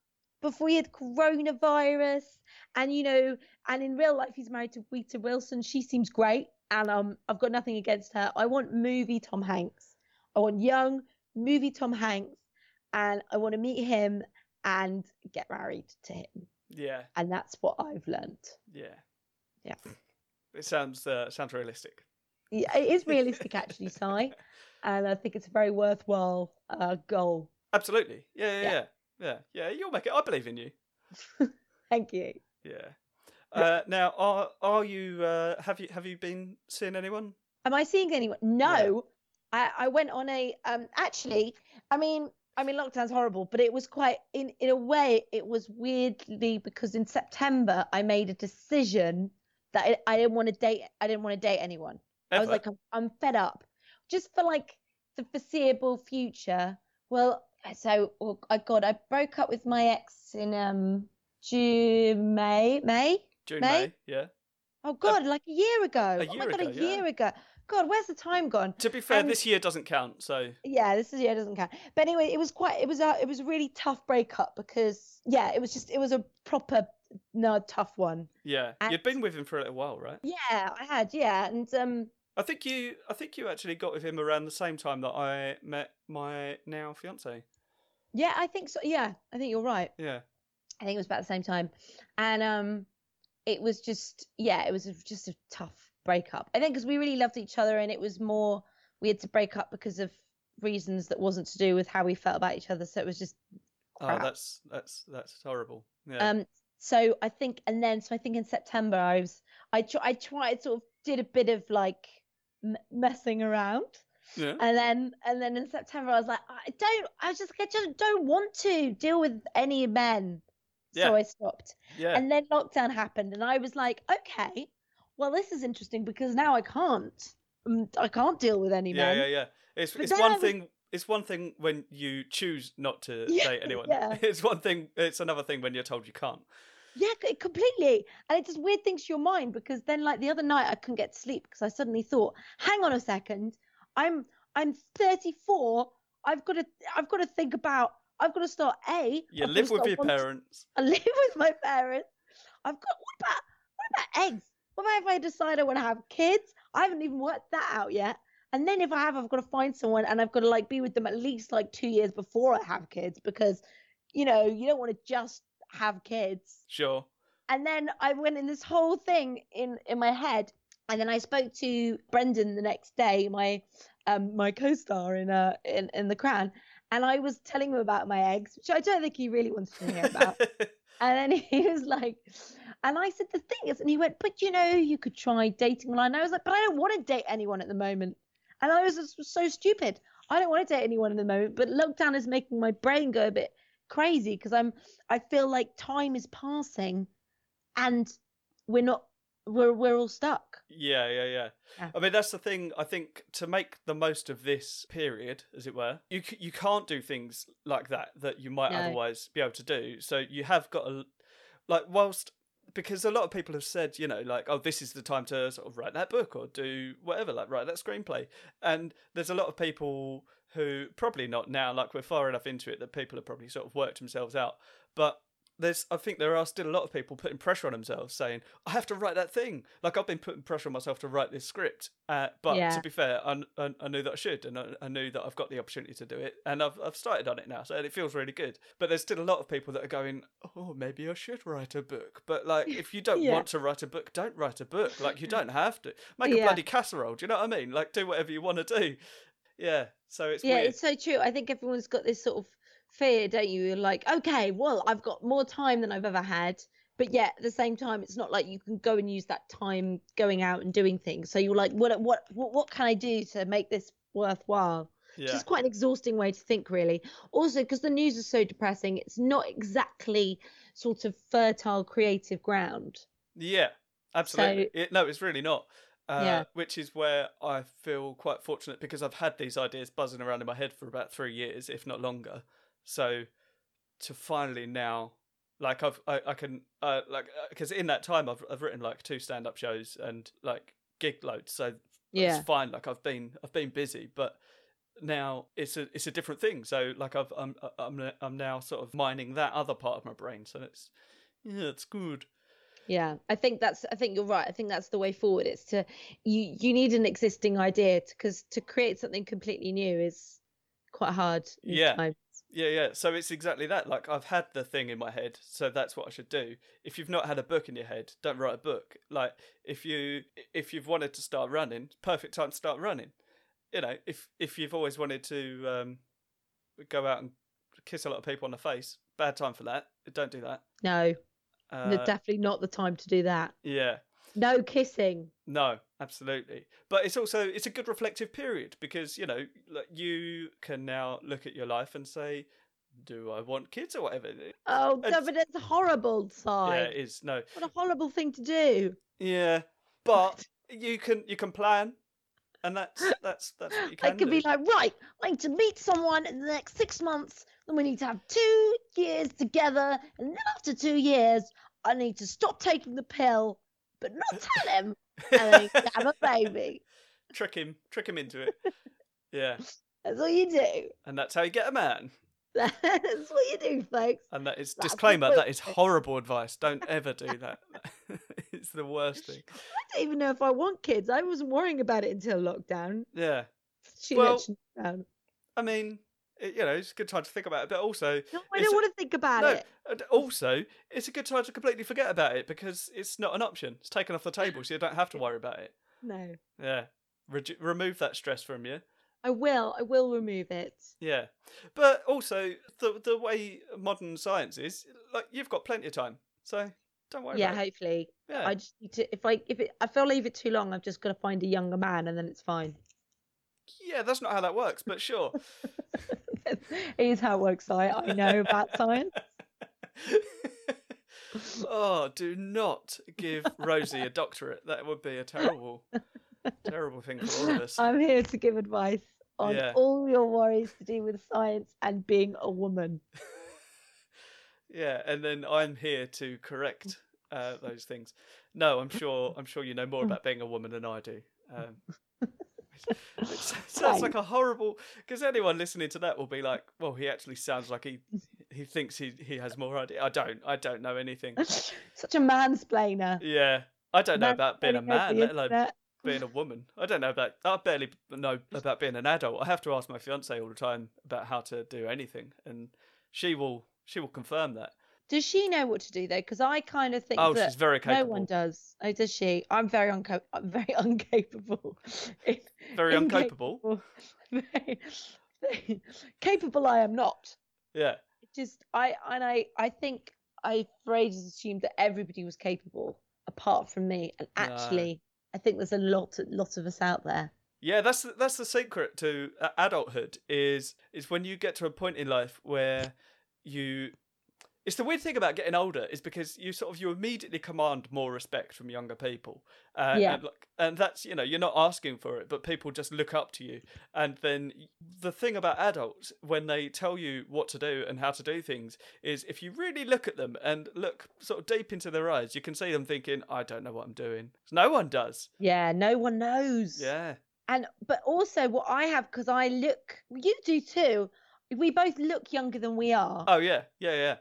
Speaker 2: before he had coronavirus and you know and in real life he's married to Rita Wilson she seems great and um I've got nothing against her I want movie Tom Hanks I want young movie Tom Hanks and I want to meet him and get married to him
Speaker 1: yeah,
Speaker 2: and that's what I've learned
Speaker 1: yeah,
Speaker 2: Yeah.
Speaker 1: It sounds uh, sounds realistic.
Speaker 2: yeah, it is realistic actually Si and I think it's a very worthwhile uh, goal
Speaker 1: Absolutely. Yeah, yeah,
Speaker 2: Yeah.
Speaker 1: yeah, yeah, yeah. You'll make it. I believe in you.
Speaker 2: thank you
Speaker 1: Yeah. Uh, now, are are you uh, have you have you been seeing anyone?
Speaker 2: Am I seeing anyone? No. I, I went on a um actually, I mean I mean lockdown's horrible, but it was quite in in a way it was weirdly because in September I made a decision that I, I didn't want to date I didn't want to date anyone. I was
Speaker 1: Ever?
Speaker 2: like I'm, I'm fed up. Just for like the foreseeable future. Well, so oh, I god, I broke up with my ex in um June May May.
Speaker 1: June
Speaker 2: May?
Speaker 1: May. Yeah.
Speaker 2: Oh god, like a year ago. oh my
Speaker 1: year
Speaker 2: god,
Speaker 1: ago,
Speaker 2: a
Speaker 1: yeah.
Speaker 2: year ago. God, where's the time gone?
Speaker 1: To be fair,
Speaker 2: And-
Speaker 1: this year doesn't count. So
Speaker 2: yeah this is yeah it doesn't count but anyway it was quite it was a it was a really tough breakup because yeah it was just it was a proper no tough one
Speaker 1: yeah,
Speaker 2: And-
Speaker 1: you'd been with him for a little while, right?
Speaker 2: yeah i had yeah and um
Speaker 1: I think you, I think you actually got with him around the same time that I met my now fiance.
Speaker 2: Yeah, I think so. Yeah, I think you're right.
Speaker 1: Yeah.
Speaker 2: I think it was about the same time. And um it was just yeah, it was just a tough breakup. I think because we really loved each other and it was more we had to break up because of reasons that wasn't to do with how we felt about each other. So it was just
Speaker 1: Oh,
Speaker 2: crap.
Speaker 1: that's that's that's horrible. Yeah.
Speaker 2: um so I think and then so I think in September I was I tr- I tried sort of did a bit of like m- messing around
Speaker 1: yeah.
Speaker 2: and then and then in September I was like I don't I was just like, I just don't want to deal with any men
Speaker 1: Yeah.
Speaker 2: so I stopped
Speaker 1: yeah.
Speaker 2: and then lockdown happened, and I was like, okay, well, this is interesting because now I can't, um, I can't deal with any
Speaker 1: yeah,
Speaker 2: men.
Speaker 1: yeah, yeah. It's
Speaker 2: But
Speaker 1: it's
Speaker 2: then
Speaker 1: one
Speaker 2: I was-
Speaker 1: thing. It's one thing when you choose not to
Speaker 2: Yeah,
Speaker 1: date anyone.
Speaker 2: yeah.
Speaker 1: It's one thing. It's another thing when you're told you can't.
Speaker 2: Yeah, c- completely. And it just weird things to your mind because then, like the other night, I couldn't get to sleep because I suddenly thought, hang on a second, I'm I'm 34. I've got to I've got to think about. I've got to start a.
Speaker 1: You
Speaker 2: I've gotta
Speaker 1: live with
Speaker 2: start
Speaker 1: your
Speaker 2: wanting-
Speaker 1: parents.
Speaker 2: I live with my parents. I've got what about what about eggs? What about if I decide I want to have kids? I haven't even worked that out yet. And then if I have, I've got to find someone and I've got to like be with them at least like two years before I have kids because, you know, you don't want to just have kids.
Speaker 1: Sure.
Speaker 2: And then I went in this whole thing in in my head. And then I spoke to Brendan the next day, my um my co-star in uh in, in the Crown, and I was telling him about my eggs, which I don't think he really wants to hear about. And then he was like, and I said, the thing is, and he went, but you know, you could try dating online. And I was like, but I don't want to date anyone at the moment. And I was just so stupid. I don't want to date anyone at the moment, but lockdown is making my brain go a bit crazy because I'm, I feel like time is passing and we're not, we're, we're all stuck.
Speaker 1: yeah, yeah, yeah,
Speaker 2: Yeah.
Speaker 1: I mean, that's the thing. I think to make the most of this period, as it were, you c- you can't do things like that that you might
Speaker 2: No.
Speaker 1: otherwise be able to do. So you have got to, like, whilst because a lot of people have said, you know, like, oh, this is the time to sort of write that book or do whatever, like write that screenplay. And there's a lot of people who probably not now, like we're far enough into it that people have probably sort of worked themselves out, but there's I think there are still a lot of people putting pressure on themselves, saying I have to write that thing. Like I've been putting pressure on myself to write this script, uh, but
Speaker 2: Yeah.
Speaker 1: to be fair, I, I, I knew that I should, and I, I knew that I've got the opportunity to do it, and I've I've started on it now, so it feels really good. But there's still a lot of people that are going, oh, maybe I should write a book. But like, if you don't
Speaker 2: Yeah.
Speaker 1: want to write a book, don't write a book. Like you don't have to make a
Speaker 2: Yeah.
Speaker 1: bloody casserole. Do you know what I mean? Like do whatever you want to do. Yeah. So it's
Speaker 2: yeah,
Speaker 1: weird.
Speaker 2: it's so true. I think everyone's got this sort of fear, don't you? You're like, okay, well, I've got more time than I've ever had. But yet, at the same time, it's not like you can go and use that time going out and doing things. So you're like, what, what, what, what can I do to make this worthwhile?
Speaker 1: yeah.
Speaker 2: Which is quite an exhausting way to think, really. Also, because the news is so depressing, it's not exactly sort of fertile creative ground.
Speaker 1: Yeah, absolutely. It, no, it's really not. Uh,
Speaker 2: Yeah.
Speaker 1: Which is where I feel quite fortunate because I've had these ideas buzzing around in my head for about three years, if not longer. So to finally now, like I've, I, I can, uh, like, because in that time I've, I've written like two stand-up shows and like gig loads. So
Speaker 2: Yeah.
Speaker 1: it's fine. Like I've been, I've been busy, but now it's a, it's a different thing. So like I've, I'm, I'm, I'm now sort of mining that other part of my brain. So it's, yeah, it's good.
Speaker 2: Yeah, I think that's. I think you're right. I think that's the way forward. It's to you. You need an existing idea because to, create something completely new is quite hard. in these
Speaker 1: Yeah.
Speaker 2: times.
Speaker 1: Yeah, yeah. So it's exactly that. Like I've had the thing in my head, so that's what I should do. If you've not had a book in your head, don't write a book. Like if you if you've wanted to start running, perfect time to start running. You know, if if you've always wanted to um go out and kiss a lot of people on the face, bad time for that. Don't do that.
Speaker 2: No,
Speaker 1: Uh,
Speaker 2: no, definitely not the time to do that.
Speaker 1: yeah.
Speaker 2: No kissing.
Speaker 1: No, absolutely. But it's also it's a good reflective period because you know like you can now look at your life and say, do I want kids or whatever?
Speaker 2: Oh,
Speaker 1: It's-
Speaker 2: no, but it's a horrible
Speaker 1: Yeah,
Speaker 2: side.
Speaker 1: it is. No,
Speaker 2: What a horrible thing to do.
Speaker 1: Yeah, but you can you can plan, and that's that's that's what you
Speaker 2: I
Speaker 1: can.
Speaker 2: could be
Speaker 1: do.
Speaker 2: like, right, I need to meet someone in the next six months, then we need to have two years together, and then after two years, I need to stop taking the pill, but not tell him. and then you have uh, a baby.
Speaker 1: trick him, trick him into it. Yeah,
Speaker 2: That's all you do.
Speaker 1: and that's how you get a man.
Speaker 2: That's what you do, folks.
Speaker 1: And that is
Speaker 2: That's the
Speaker 1: disclaimer. That
Speaker 2: book.
Speaker 1: is horrible advice. Don't ever do that. it's the worst thing.
Speaker 2: I don't even know if I want kids. I wasn't worrying about it until lockdown.
Speaker 1: Yeah,
Speaker 2: She
Speaker 1: Well-
Speaker 2: mentioned lockdown.
Speaker 1: I mean, It- you know, it's a good time to think about it. But also,
Speaker 2: No, I
Speaker 1: It's
Speaker 2: don't
Speaker 1: a-
Speaker 2: want to think about
Speaker 1: no,
Speaker 2: it.
Speaker 1: and also, it's a good time to completely forget about it because it's not an option. It's taken off the table, so you don't have to worry about it.
Speaker 2: No,
Speaker 1: Yeah, Redu remove that stress from you.
Speaker 2: I will. I will remove it.
Speaker 1: Yeah, but also the the way modern science is, like you've got plenty of time, so don't worry.
Speaker 2: yeah,
Speaker 1: about it.
Speaker 2: hopefully.
Speaker 1: yeah.
Speaker 2: I just need to. If I if it, if I leave it too long, I've just got to find a younger man, and then it's fine.
Speaker 1: yeah, that's not how that works, but sure.
Speaker 2: it is how it works. I I know about science.
Speaker 1: oh, do not give Rosie a doctorate. That would be a terrible, terrible thing for all of us.
Speaker 2: I'm here to give advice on
Speaker 1: Yeah.
Speaker 2: all your worries to do with science and being a woman.
Speaker 1: Yeah, and then I'm here to correct uh, those things. No, I'm sure. I'm sure you know more about being a woman than I do. Um, it s- sounds like a horrible. Because anyone listening to that will be like, "Well, he actually sounds like he he thinks he he has more idea." I don't. I don't know anything.
Speaker 2: Such a mansplainer.
Speaker 1: Yeah, I don't know about being a
Speaker 2: Mansplaining over
Speaker 1: man,
Speaker 2: the
Speaker 1: let alone
Speaker 2: internet.
Speaker 1: being a woman. I don't know about. I barely b- know about being an adult. I have to ask my fiance all the time about how to do anything, and she will she will confirm that.
Speaker 2: Does she know what to do though? Because I kind of think
Speaker 1: Oh,
Speaker 2: that
Speaker 1: she's very
Speaker 2: no
Speaker 1: capable.
Speaker 2: one does. Oh, does she? I'm very unca- I'm very incapable.
Speaker 1: Very
Speaker 2: Inca-
Speaker 1: uncapable.
Speaker 2: Very- capable I am not.
Speaker 1: Yeah.
Speaker 2: It Just I and I I think I for ages assumed that everybody was capable apart from me, and
Speaker 1: No.
Speaker 2: actually I think there's a lot lot of us out there.
Speaker 1: Yeah, that's the, that's the secret to uh, adulthood is is when you get to a point in life where you it's the weird thing about getting older is because you sort of you immediately command more respect from younger people. Uh,
Speaker 2: Yeah.
Speaker 1: and, like, and that's you know you're not asking for it, but people just look up to you. And then the thing about adults when they tell you what to do and how to do things is if you really look at them and look sort of deep into their eyes, you can see them thinking, "I don't know what I'm doing." No one does.
Speaker 2: Yeah, no one knows.
Speaker 1: Yeah.
Speaker 2: and but also what I have because I look well, you do too. We both look younger than we are.
Speaker 1: Oh yeah. Yeah yeah.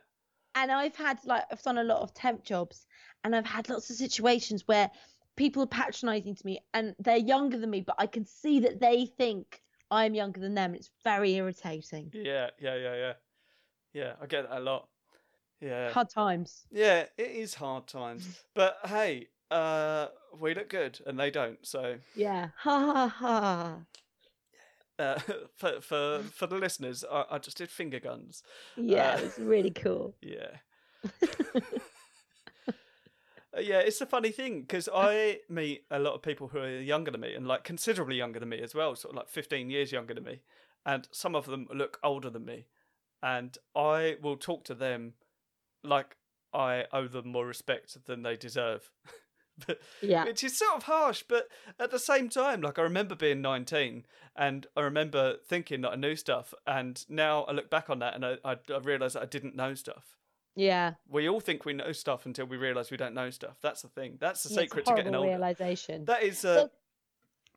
Speaker 2: and I've had like I've done a lot of temp jobs and I've had lots of situations where people are patronizing to me and they're younger than me, but I can see that they think I'm younger than them. It's very irritating.
Speaker 1: Yeah, yeah, yeah, yeah. Yeah, I get that a lot. Yeah.
Speaker 2: Hard times.
Speaker 1: Yeah, it is hard times. But hey, uh we look good and they don't. So
Speaker 2: Yeah. Ha ha ha.
Speaker 1: uh, for for for the listeners, I, I just did finger guns.
Speaker 2: Yeah,
Speaker 1: Uh,
Speaker 2: it's really cool.
Speaker 1: Yeah. Uh, yeah, it's a funny thing because I meet a lot of people who are younger than me and like considerably younger than me as well, sort of like 15 years younger than me. And some of them look older than me. And I will talk to them like I owe them more respect than they deserve. but
Speaker 2: Yeah.
Speaker 1: which is sort of harsh but at the same time like i remember being 19 and i remember thinking that i knew stuff and now i look back on that and i, I, I realize that i didn't know stuff
Speaker 2: Yeah.
Speaker 1: we all think we know stuff until we realize we don't know stuff that's the thing that's the
Speaker 2: It's a
Speaker 1: secret to getting
Speaker 2: horrible
Speaker 1: older
Speaker 2: realization.
Speaker 1: that is uh,
Speaker 2: So-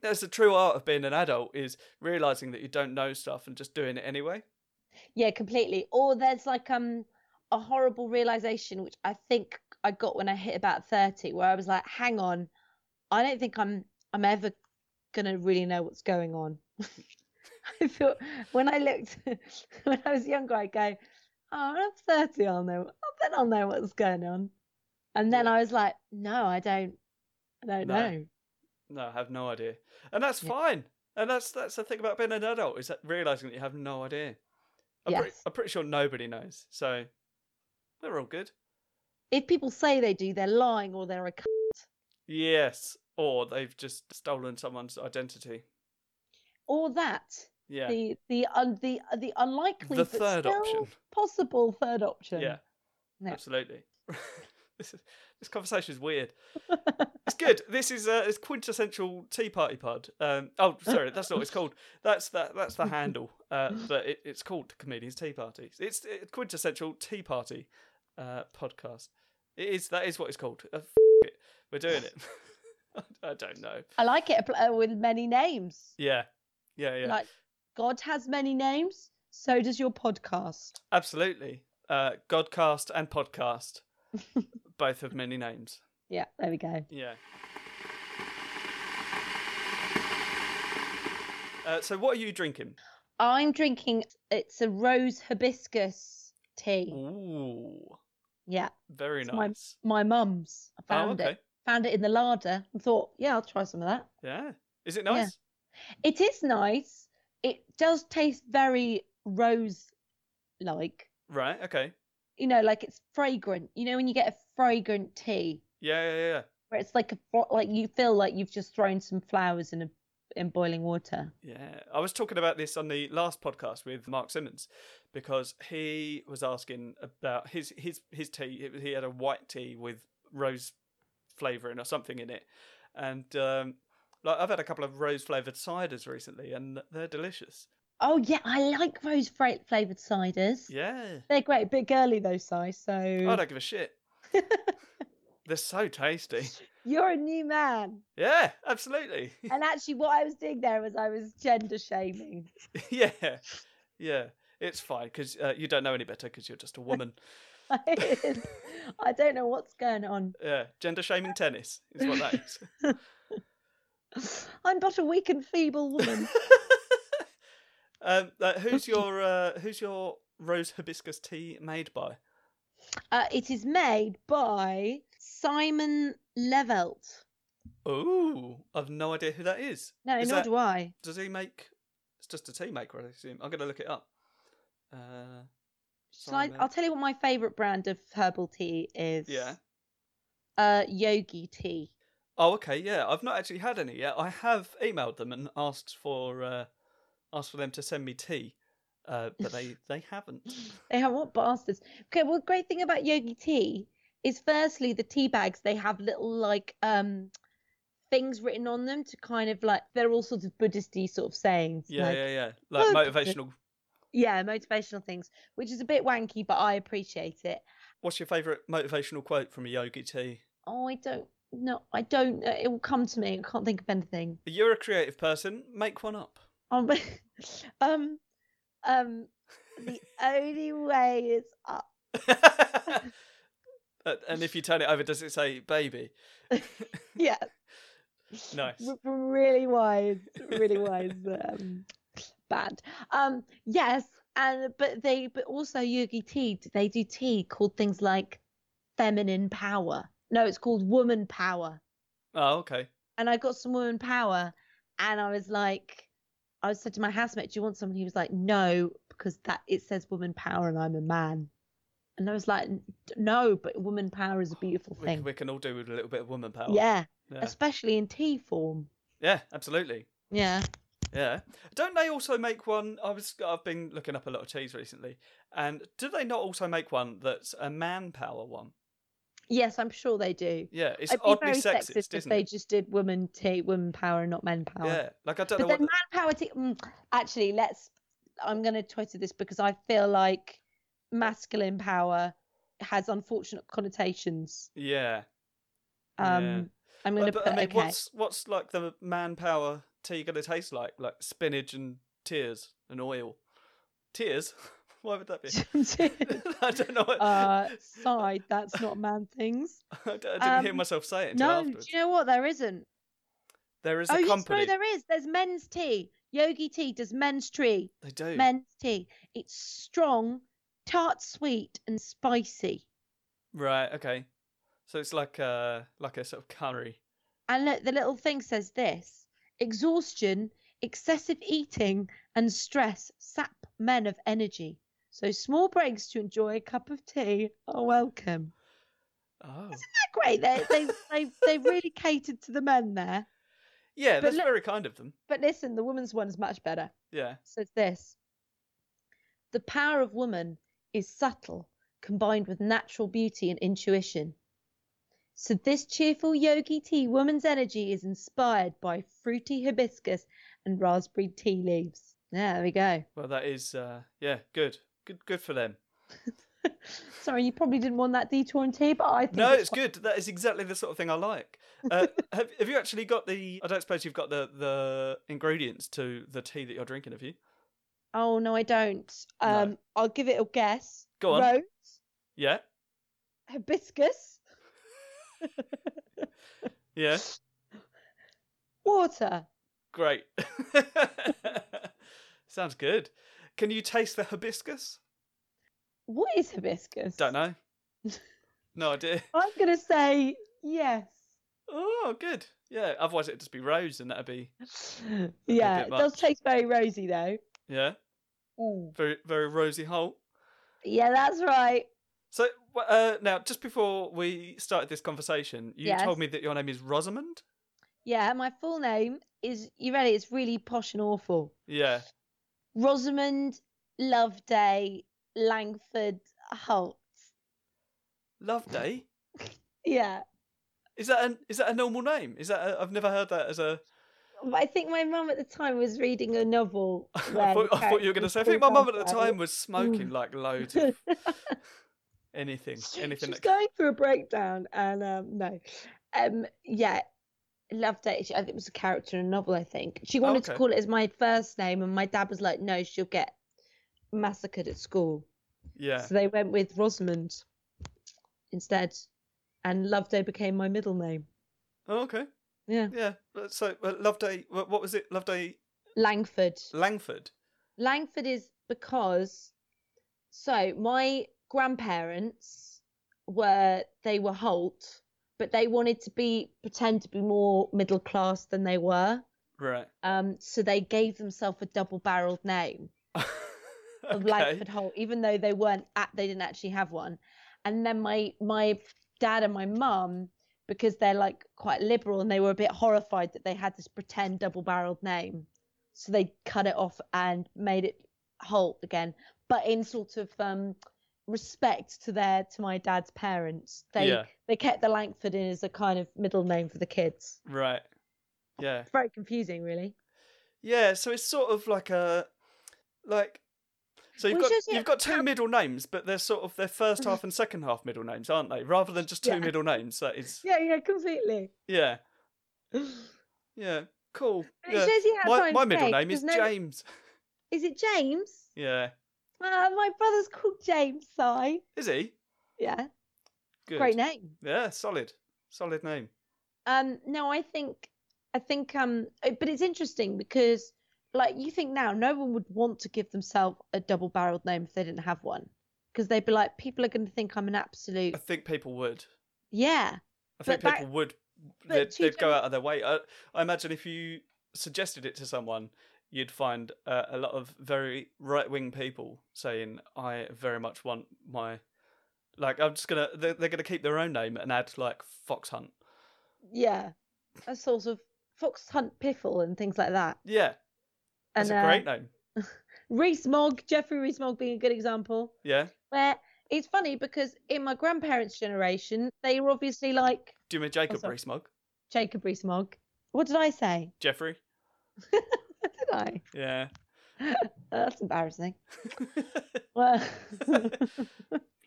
Speaker 1: that's the true art of being an adult is realizing that you don't know stuff and just doing it anyway
Speaker 2: Yeah, completely. Or there's like um a horrible realization which I think I got when I hit about 30 where I was like, "Hang on, I don't think I'm I'm ever going to really know what's going on." I thought when I looked when I was younger I go, "Oh, when I'm 30 I'll know. I bet I'll know what's going on." And then
Speaker 1: Yeah.
Speaker 2: I was like, "No, I don't I don't
Speaker 1: No.
Speaker 2: know."
Speaker 1: no i have no idea and that's
Speaker 2: Yeah.
Speaker 1: fine and that's that's the thing about being an adult is that realizing that you have no idea I'm, pretty,
Speaker 2: Yes.
Speaker 1: I'm pretty sure nobody knows. So we're all good.
Speaker 2: If people say they do, they're lying or they're a c-
Speaker 1: Yes. Or they've just stolen someone's identity.
Speaker 2: or that.
Speaker 1: Yeah.
Speaker 2: the the un, the the unlikely
Speaker 1: The
Speaker 2: but
Speaker 1: third
Speaker 2: still
Speaker 1: option.
Speaker 2: possible third option.
Speaker 1: Yeah.
Speaker 2: No.
Speaker 1: Absolutely. this, is, this conversation is weird. it's good. This is uh, it's quintessential tea party pod. Um, oh, sorry, that's not what it's called. That's that that's the handle. Uh, but it, it's called comedians tea party. It's uh quintessential tea party uh, podcast. It is that is what it's called. Uh, f- it. We're doing it. I don't know.
Speaker 2: I like it uh, with many names.
Speaker 1: Yeah. Yeah. Yeah.
Speaker 2: Like God has many names, so does your podcast.
Speaker 1: Absolutely. Uh, Godcast and podcast, both have many names.
Speaker 2: Yeah, there we go.
Speaker 1: Yeah. Uh, so, what are you drinking?
Speaker 2: I'm drinking. It's a rose hibiscus tea.
Speaker 1: Ooh,
Speaker 2: Yeah,
Speaker 1: very
Speaker 2: It's my-
Speaker 1: nice.
Speaker 2: my mum's. I
Speaker 1: Oh,
Speaker 2: found
Speaker 1: okay.
Speaker 2: it. Found it in the larder and thought, yeah, I'll try some of that.
Speaker 1: Yeah. Is it
Speaker 2: Yeah.
Speaker 1: nice?
Speaker 2: It is nice. It does taste very rose like.
Speaker 1: Right. Okay.
Speaker 2: You know, like it's fragrant. You know, when you get a fragrant tea
Speaker 1: Yeah, yeah, yeah.
Speaker 2: where it's like a fro- like you feel like you've just thrown some flowers in a in boiling water.
Speaker 1: Yeah, I was talking about this on the last podcast with Mark Simmons because he was asking about his his his tea. It was- He had a white tea with rose flavoring or something in it, and um, like I've had a couple of rose flavored ciders recently, and they're delicious.
Speaker 2: Oh yeah, I like rose fra- flavored ciders.
Speaker 1: Yeah, Oh,
Speaker 2: They're great, a bit girly though, Si. So
Speaker 1: I don't give a shit. they're so tasty.
Speaker 2: you're a new man.
Speaker 1: Yeah, absolutely.
Speaker 2: And actually, what I was doing there was I was gender shaming.
Speaker 1: yeah, yeah. It's fine because uh, you don't know any better because you're just a woman.
Speaker 2: I don't know what's going on.
Speaker 1: Yeah, gender shaming tennis is what that is.
Speaker 2: I'm but a weak and feeble woman.
Speaker 1: um, uh, who's your uh, who's your rose hibiscus tea made by?
Speaker 2: uh, it is made by Simon Levelt.
Speaker 1: Ooh, I've no idea who that is.
Speaker 2: No,
Speaker 1: Is
Speaker 2: nor
Speaker 1: that-
Speaker 2: do I.
Speaker 1: Does he make? It's just a tea maker, I assume. I'm gonna look it up. Uh,
Speaker 2: Shall I,
Speaker 1: Simon-
Speaker 2: I'll tell you what my favourite brand of herbal tea is.
Speaker 1: Yeah.
Speaker 2: Uh, yogi tea.
Speaker 1: Oh, okay. Yeah, I've not actually had any yet. I have emailed them and asked for uh, asked for them to send me tea, uh, but they they haven't.
Speaker 2: They have what bastards? Okay, well, great thing about yogi tea is firstly the tea bags they have little like um things written on them to kind of like they're all sorts of Buddhisty sort of sayings.
Speaker 1: Yeah,
Speaker 2: like,
Speaker 1: yeah, yeah. Like
Speaker 2: "Look eh" at the-
Speaker 1: motivational.
Speaker 2: yeah, motivational things, which is a bit wanky, but I appreciate it.
Speaker 1: What's your favourite motivational quote from a yogi tea?
Speaker 2: Oh, I don't know. I don't. know. It will come to me. I can't think of anything.
Speaker 1: You're a creative person. Make one up.
Speaker 2: Um, um, um, the only way is up.
Speaker 1: Uh, and if you turn it over, does it say baby?
Speaker 2: Yeah,
Speaker 1: Nice.
Speaker 2: r- really wise, really wise. Um, band. Um, yes, and but they, but also Yogi Tea. They do tea called things like feminine power. No, it's called woman power.
Speaker 1: Oh, okay.
Speaker 2: and I got some woman power, and I was like, I said to my housemate, "Do you want someone?" He was like, "No, because that it says woman power, and I'm a man." And I was like, "N- "No, but woman power is a beautiful
Speaker 1: We, c-
Speaker 2: thing.
Speaker 1: we can all do with a little bit of woman power.
Speaker 2: yeah,
Speaker 1: Yeah,
Speaker 2: especially in tea form.
Speaker 1: Yeah, absolutely.
Speaker 2: Yeah,
Speaker 1: Yeah. Don't they also make one? I was I've been looking up a lot of teas recently, and do they not also make one that's a manpower one?
Speaker 2: yes, I'm sure they do.
Speaker 1: Yeah, it's
Speaker 2: It'd be
Speaker 1: oddly
Speaker 2: very
Speaker 1: sexist,
Speaker 2: sexist if
Speaker 1: isn't
Speaker 2: they
Speaker 1: it?
Speaker 2: just did woman tea, woman power, and not men power.
Speaker 1: Yeah, like I don't know what.
Speaker 2: but then man power tea. Mm, actually, let's. I'm going to Twitter this because I feel like masculine power has unfortunate connotations.
Speaker 1: the- Yeah.
Speaker 2: Um,
Speaker 1: Yeah.
Speaker 2: I'm
Speaker 1: Uh,
Speaker 2: gonna
Speaker 1: but
Speaker 2: put
Speaker 1: I mean,
Speaker 2: okay.
Speaker 1: what's what's like the manpower tea gonna taste like? Like spinach and tears and oil. Tears? Why would that be? I don't know. What,
Speaker 2: uh, side. That's not man things.
Speaker 1: I d- I didn't hear
Speaker 2: um,
Speaker 1: myself say it until
Speaker 2: No, do
Speaker 1: afterwards.
Speaker 2: you know what? There isn't.
Speaker 1: There is
Speaker 2: oh,
Speaker 1: a
Speaker 2: yes,
Speaker 1: company.
Speaker 2: no, there is. There's men's tea. Yogi tea does men's tea.
Speaker 1: They do.
Speaker 2: Men's tea. It's strong, tart, sweet, and spicy.
Speaker 1: Right. Okay. So it's like a like a sort of curry.
Speaker 2: And look, the little thing says this: exhaustion, excessive eating, and stress sap men of energy. So small breaks to enjoy a cup of tea are welcome.
Speaker 1: Oh.
Speaker 2: great. They they they they really catered to the men there.
Speaker 1: Yeah,
Speaker 2: but
Speaker 1: that's
Speaker 2: look-
Speaker 1: very kind of them.
Speaker 2: But listen, the woman's one is much better.
Speaker 1: Yeah.
Speaker 2: So it's this: the power of woman is subtle, combined with natural beauty and intuition. So this cheerful yogi tea woman's energy is inspired by fruity hibiscus and raspberry tea leaves. Yeah, there we go.
Speaker 1: Well, that is. uh Yeah. Good. Good. Good for them.
Speaker 2: Sorry, you probably didn't want that detour in tea, but I think
Speaker 1: No,
Speaker 2: it's
Speaker 1: it's good. That is exactly the sort of thing I like. Uh, have, have you actually got the? I don't suppose you've got the the ingredients to the tea that you're drinking, have you?
Speaker 2: Oh no, I don't.
Speaker 1: No.
Speaker 2: Um, I'll give it a guess.
Speaker 1: Go on.
Speaker 2: Rose,
Speaker 1: Yeah,
Speaker 2: hibiscus,
Speaker 1: yeah,
Speaker 2: water.
Speaker 1: great. Sounds good. Can you taste the hibiscus?
Speaker 2: What is hibiscus?
Speaker 1: Don't know. no idea.
Speaker 2: I'm going to say yes.
Speaker 1: Oh, good. Yeah. Otherwise, it'd just be rose, and that'd be
Speaker 2: Yeah,
Speaker 1: bit
Speaker 2: it does
Speaker 1: much.
Speaker 2: taste very rosy though.
Speaker 1: yeah,
Speaker 2: Ooh.
Speaker 1: very very rosy Holt.
Speaker 2: Yeah, that's right.
Speaker 1: So wh- uh, now, just before we started this conversation, you
Speaker 2: Yes.
Speaker 1: told me that your name is Rosamond.
Speaker 2: Yeah, my full name is you ready? It's really posh and awful.
Speaker 1: Yeah.
Speaker 2: Rosamond Loveday Langford Holt.
Speaker 1: Loveday.
Speaker 2: Yeah.
Speaker 1: Is that an is that a normal name? Is that a, I've never heard that as a.
Speaker 2: But I think my mum at the time was reading a novel.
Speaker 1: I
Speaker 2: where
Speaker 1: thought,
Speaker 2: the
Speaker 1: I thought you were going
Speaker 2: character
Speaker 1: to
Speaker 2: was
Speaker 1: say. I think my
Speaker 2: called
Speaker 1: mum at the
Speaker 2: Loveday.
Speaker 1: time was smoking like loads of anything, anything.
Speaker 2: Mm. She's
Speaker 1: That,
Speaker 2: going through a breakdown, and um, no, um, yeah, loved it. She, I think it was a character in a novel. I think she wanted to
Speaker 1: okay.
Speaker 2: call it as my first name, and my dad was like, "No, she'll get massacred at school."
Speaker 1: yeah.
Speaker 2: So they went with Rosamond instead, and Loveday became my middle name.
Speaker 1: Oh, okay.
Speaker 2: Yeah,
Speaker 1: Yeah. But So uh, Loveday. wh- What was it? Loveday
Speaker 2: Langford.
Speaker 1: Langford.
Speaker 2: Langford is because so my grandparents were they were Holt, but they wanted to be pretend to be more middle class than they were.
Speaker 1: Right.
Speaker 2: Um, so they gave themselves a double barreled name of
Speaker 1: okay.
Speaker 2: Langford Holt, even though they weren't at they didn't actually have one. And then my my dad and my mum, because they're like quite liberal and they were a bit horrified that they had this pretend double barreled name. So they cut it off and made it Holt again. But in sort of um respect to their to my dad's parents. They
Speaker 1: Yeah.
Speaker 2: they kept the Langford in as a kind of middle name for the kids.
Speaker 1: Right. Yeah.
Speaker 2: Very confusing really.
Speaker 1: Yeah, so it's sort of like a like so you've
Speaker 2: Well,
Speaker 1: got
Speaker 2: it's just, yeah,
Speaker 1: you've got two
Speaker 2: how- Mm-hmm.
Speaker 1: middle names, but they're sort of their first half and second half middle names, aren't they? Rather than just two
Speaker 2: Yeah.
Speaker 1: middle names. That is
Speaker 2: Yeah, yeah, completely.
Speaker 1: yeah. Yeah. Cool.
Speaker 2: It
Speaker 1: Yeah.
Speaker 2: shows you how
Speaker 1: My
Speaker 2: times
Speaker 1: my middle
Speaker 2: change,
Speaker 1: name is
Speaker 2: 'cause no-
Speaker 1: James.
Speaker 2: Is it James?
Speaker 1: Yeah.
Speaker 2: Uh, my brother's called James Si.
Speaker 1: Is he?
Speaker 2: Yeah,
Speaker 1: Good.
Speaker 2: great name.
Speaker 1: Yeah, solid. Solid name.
Speaker 2: Um, no, I think, I think, um, uh, but it's interesting because, like, you think now no one would want to give themselves a double-barreled name if they didn't have one, because they'd be like, people are going to think I'm an absolute,
Speaker 1: I think people would.
Speaker 2: yeah,
Speaker 1: I think
Speaker 2: But that-
Speaker 1: people would
Speaker 2: but
Speaker 1: they'd,
Speaker 2: two
Speaker 1: they'd go
Speaker 2: gen-
Speaker 1: out of their way. I, I imagine if you suggested it to someone, you'd find uh, a lot of very right wing people saying, "I very much want my." Like I'm just gonna, they're, they're gonna keep their own name and add like Fox Hunt.
Speaker 2: yeah, a sort of fox hunt piffle and things like that.
Speaker 1: Yeah, that's
Speaker 2: And
Speaker 1: a
Speaker 2: uh,
Speaker 1: great name.
Speaker 2: Reese Mogg, Jeffrey Reese Mogg being a good example.
Speaker 1: Yeah,
Speaker 2: Where it's funny because in my grandparents' generation, they were obviously like
Speaker 1: Jimmy Jacob
Speaker 2: sorry.
Speaker 1: Rees-Mogg,
Speaker 2: Jacob Rees-Mogg. What did I say?
Speaker 1: Jeffrey.
Speaker 2: What did I?
Speaker 1: Yeah,
Speaker 2: Oh, that's embarrassing. Well,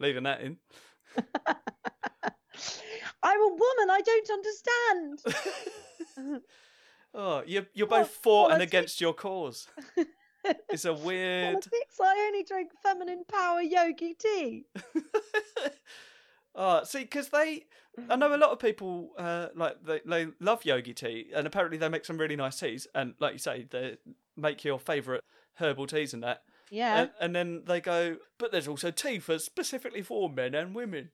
Speaker 1: leaving that in.
Speaker 2: I'm a woman. I don't understand.
Speaker 1: oh, you're you're
Speaker 2: Well,
Speaker 1: both for and
Speaker 2: politics.
Speaker 1: against your cause. It's a weird.
Speaker 2: Politics. I only drink feminine power yogi tea.
Speaker 1: Oh, see, because they, I know a lot of people uh, like they, they love yogi tea, and apparently they make some really nice teas, and like you say, they make your favourite herbal teas and that,
Speaker 2: Yeah.
Speaker 1: and, and then they go, but there's also tea for specifically for men and women.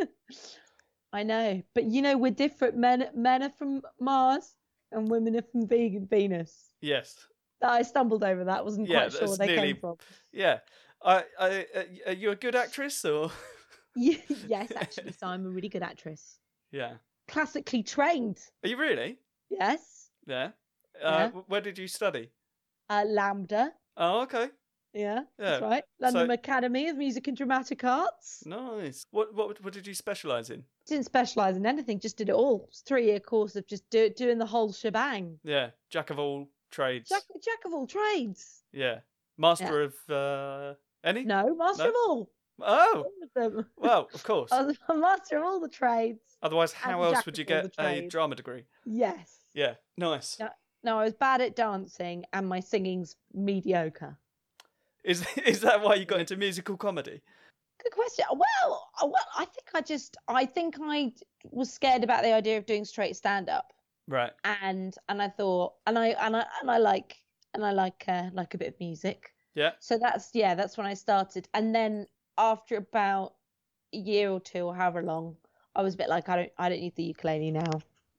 Speaker 2: I know, but you know we're different. Men men are from Mars and women are from vegan Venus.
Speaker 1: Yes,
Speaker 2: I stumbled over that. Wasn't
Speaker 1: Yeah,
Speaker 2: quite sure
Speaker 1: that's
Speaker 2: where they
Speaker 1: nearly-
Speaker 2: came from.
Speaker 1: yeah. I, I, uh, are you a good actress or?
Speaker 2: Ye- yes, actually, so I'm a really good actress.
Speaker 1: Yeah.
Speaker 2: Classically trained.
Speaker 1: Are you really?
Speaker 2: Yes.
Speaker 1: Yeah. Uh,
Speaker 2: Yeah.
Speaker 1: w- Where did you study?
Speaker 2: Uh, Lambda.
Speaker 1: Oh, okay.
Speaker 2: Yeah,
Speaker 1: Yeah.
Speaker 2: that's right. London
Speaker 1: so-
Speaker 2: Academy of Music and Dramatic Arts.
Speaker 1: Nice. What, what, what did you specialise in?
Speaker 2: Didn't specialise in anything, just did it all. It's three year course of just do, doing the whole shebang.
Speaker 1: Yeah, jack of all trades.
Speaker 2: Jack, jack of all trades.
Speaker 1: Yeah. Master of uh, any?
Speaker 2: No, master
Speaker 1: No?
Speaker 2: of all.
Speaker 1: Oh,
Speaker 2: All of them.
Speaker 1: well, of course.
Speaker 2: I was a master of all the trades.
Speaker 1: Otherwise, how
Speaker 2: a
Speaker 1: else
Speaker 2: jack
Speaker 1: would
Speaker 2: of
Speaker 1: you
Speaker 2: all
Speaker 1: get a
Speaker 2: the trades.
Speaker 1: drama degree?
Speaker 2: Yes.
Speaker 1: Yeah, nice.
Speaker 2: Yeah. No, I was bad at dancing and my singing's mediocre.
Speaker 1: Is is that why you got into musical comedy?
Speaker 2: Good question. Well, uh, well, I think I just, I think I d- was scared about the idea of doing straight stand up.
Speaker 1: Right.
Speaker 2: and and I thought and I and I and I like and I like uh, like a bit of music.
Speaker 1: Yeah.
Speaker 2: So that's yeah, that's when I started, and then after about a year or two or however long, I was a bit like I don't I don't need the ukulele now.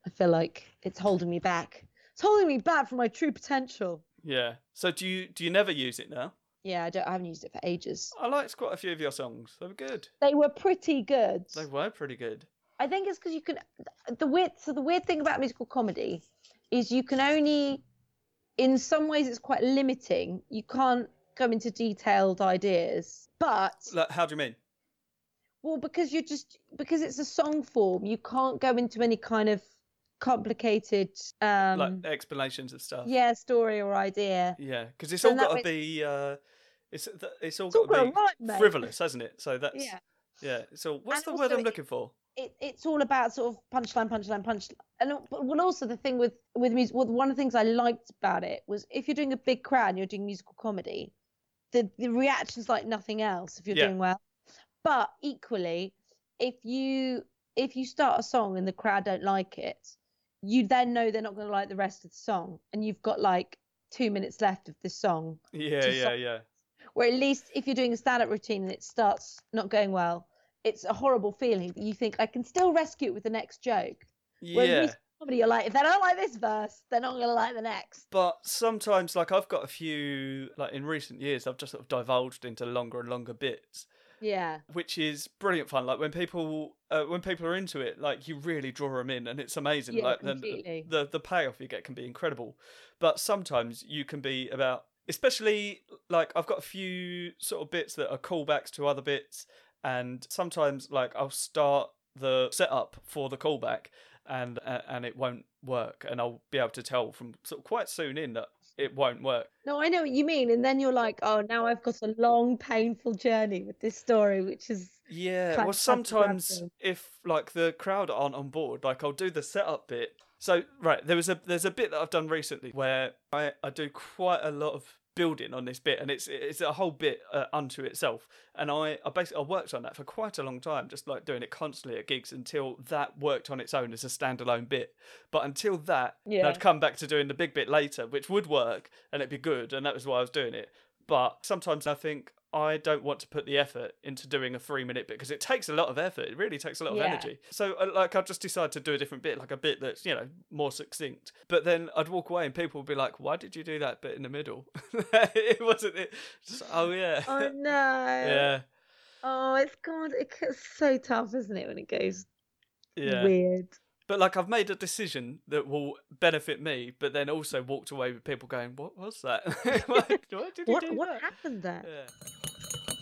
Speaker 2: I feel like it's holding me back. It's holding me back from my true potential.
Speaker 1: Yeah. So do you do you never use it now?
Speaker 2: Yeah, I don't I haven't used it for ages.
Speaker 1: I liked quite a few of your songs. They were good.
Speaker 2: They were pretty good.
Speaker 1: They were pretty good.
Speaker 2: I think it's because you can. The weird, so the weird thing about musical comedy is you can only, in some ways, it's quite limiting. You can't go into detailed ideas, but
Speaker 1: Like, how do you mean?
Speaker 2: well, because you're just because it's a song form, you can't go into any kind of complicated, um,
Speaker 1: like uh, explanations of stuff.
Speaker 2: yeah, story or idea.
Speaker 1: Yeah, because it's
Speaker 2: So
Speaker 1: all
Speaker 2: that
Speaker 1: got to
Speaker 2: makes-
Speaker 1: be uh, it's th- it's all
Speaker 2: It's all
Speaker 1: got to
Speaker 2: got a
Speaker 1: be
Speaker 2: rhyme, mate.
Speaker 1: frivolous, hasn't it? So that's
Speaker 2: Yeah.
Speaker 1: yeah. So what's
Speaker 2: And
Speaker 1: the word
Speaker 2: also
Speaker 1: I'm
Speaker 2: it-
Speaker 1: looking for?
Speaker 2: it, it's all about sort of punchline, punchline, punchline. And al- but well, also the thing with with music, well, one of the things I liked about it was if you're doing a big crowd and you're doing musical comedy, the the reaction's like nothing else if you're
Speaker 1: Yeah.
Speaker 2: doing well. But equally, if you if you start a song and the crowd don't like it, you then know they're not going to like the rest of the song, and you've got like two minutes left of this song
Speaker 1: Yeah,
Speaker 2: to
Speaker 1: yeah,
Speaker 2: sort-
Speaker 1: yeah.
Speaker 2: where at least if you're doing a stand-up routine and it starts not going well, it's a horrible feeling. But you think I can still rescue it with the next joke. Whereas
Speaker 1: Yeah,
Speaker 2: musical comedy, you're like, if they don't like this verse, they're not gonna like the next.
Speaker 1: but sometimes like I've got a few like in recent years I've just sort of divulged into longer and longer bits,
Speaker 2: Yeah,
Speaker 1: which is brilliant fun. Like when people uh, when people are into it, like you really draw them in, and it's amazing.
Speaker 2: Yeah,
Speaker 1: like the,
Speaker 2: completely.
Speaker 1: the the payoff you get can be incredible, but sometimes you can be about, especially like I've got a few sort of bits that are callbacks to other bits, and sometimes like I'll start the setup for the callback, and uh, and it won't work, and I'll be able to tell from sort of quite soon in that it won't work.
Speaker 2: no, I know what you mean. And then you're like, oh, now I've got a long, painful journey with this story, which is
Speaker 1: Yeah,
Speaker 2: Try-
Speaker 1: well,
Speaker 2: try to grab
Speaker 1: sometimes
Speaker 2: them.
Speaker 1: if like the crowd aren't on board, like I'll do the setup bit. So right, there was a there's a bit that I've done recently where I, I do quite a lot of building on this bit, and it's it's a whole bit uh, unto itself. And I I basically I worked on that for quite a long time, just like doing it constantly at gigs until that worked on its own as a standalone bit. But until that, then
Speaker 2: Yeah.
Speaker 1: I'd come back to doing the big bit later, which would work and it'd be good, and that was why I was doing it. But sometimes I think I don't want to put the effort into doing a three minute bit because it takes a lot of effort. It really takes a lot of
Speaker 2: Yeah.
Speaker 1: energy. So, uh, like, I'll just decide to do a different bit, like a bit that's, you know, more succinct. But then I'd walk away and people would be like, why did you do that bit in the middle? it wasn't it. Just, oh, yeah.
Speaker 2: oh no,
Speaker 1: yeah.
Speaker 2: oh, it's God, it gets so tough, isn't it, when it goes
Speaker 1: Yeah.
Speaker 2: weird.
Speaker 1: But like I've made a decision that will benefit me, but then also walked away with people going, "What was that? why, why did he
Speaker 2: What
Speaker 1: do
Speaker 2: what
Speaker 1: that?"
Speaker 2: happened there?
Speaker 1: Yeah.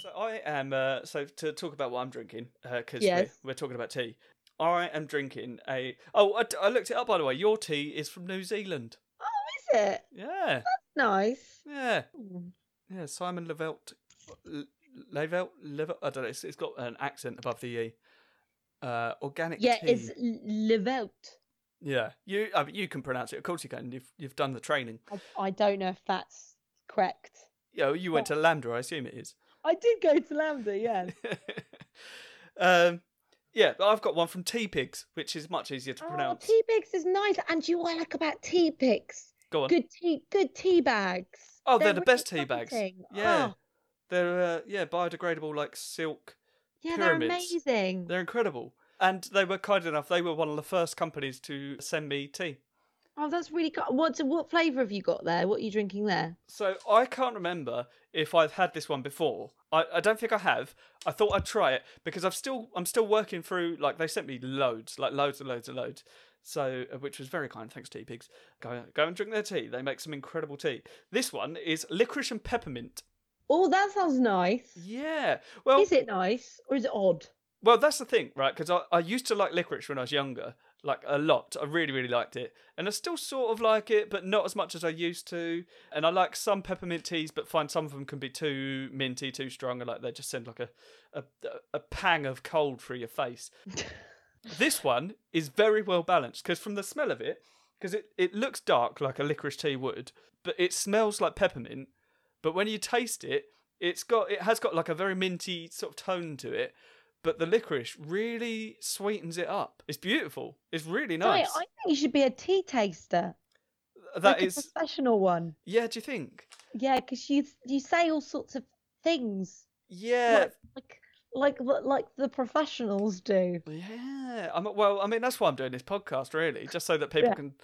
Speaker 1: So I am. Uh, so to talk about what I'm drinking, because
Speaker 2: Yes.
Speaker 1: we're, we're talking about tea. I am drinking a. Oh, I, I looked it up by the way. Your tea is from New Zealand.
Speaker 2: Oh, is it
Speaker 1: Yeah,
Speaker 2: nice?
Speaker 1: yeah,
Speaker 2: Hmm.
Speaker 1: yeah. Simon Levelt, L- Levelt, Levelt. I don't know. It's, it's got an accent above the e. Uh, organic
Speaker 2: Yeah,
Speaker 1: tea.
Speaker 2: it's Levelt.
Speaker 1: Yeah, you. I mean, you can pronounce it. Of course you can. You've you've done the training.
Speaker 2: I, I don't know if that's correct.
Speaker 1: Yeah, you went to Lambda. I assume it is.
Speaker 2: I did go to Lambda, yeah.
Speaker 1: um, yeah, but I've got one from Tea Pigs, which is much easier to
Speaker 2: oh,
Speaker 1: pronounce.
Speaker 2: tea picks is nice. And do you know what I like about tea picks?
Speaker 1: Go on.
Speaker 2: Good tea, good tea bags.
Speaker 1: Oh, they're, the
Speaker 2: really
Speaker 1: best tea bags.
Speaker 2: comforting.
Speaker 1: Yeah,
Speaker 2: Oh,
Speaker 1: they're uh, yeah biodegradable like silk.
Speaker 2: yeah, they're
Speaker 1: Pyramids.
Speaker 2: amazing.
Speaker 1: They're incredible, and they were kind enough. They were one of the first companies to send me tea.
Speaker 2: Oh, that's really good. What what flavour have you got there? What are you drinking there?
Speaker 1: So I can't remember if I've had this one before. I, I don't think I have. I thought I'd try it because I've still I'm still working through like they sent me loads, like loads and loads and loads. So uh, which was very kind, thanks Tea Pigs. Go go and drink their tea. They make some incredible tea. This one is licorice and peppermint.
Speaker 2: Oh, that sounds nice.
Speaker 1: Yeah. Well,
Speaker 2: Is it nice or is it odd?
Speaker 1: well, that's the thing, right? Because I, I used to like licorice when I was younger, like a lot. I really, really liked it. And I still sort of like it, but not as much as I used to. And I like some peppermint teas, but find some of them can be too minty, too strong. And like they just send like a, a, a pang of cold through your face. this one is very well balanced because from the smell of it, because it, it looks dark like a licorice tea would, but it smells like peppermint. But when you taste it, it's got it has got like a very minty sort of tone to it, but the licorice really sweetens it up. It's beautiful. It's really
Speaker 2: Di,
Speaker 1: nice.
Speaker 2: I think you should be a tea taster.
Speaker 1: That
Speaker 2: like a
Speaker 1: is,
Speaker 2: professional one.
Speaker 1: yeah. Do you think?
Speaker 2: Yeah, because you you say all sorts of things
Speaker 1: Yeah,
Speaker 2: like like like the professionals do.
Speaker 1: yeah. I'm, well, I mean, that's why I'm doing this podcast, really, just so that people
Speaker 2: Yeah.
Speaker 1: can.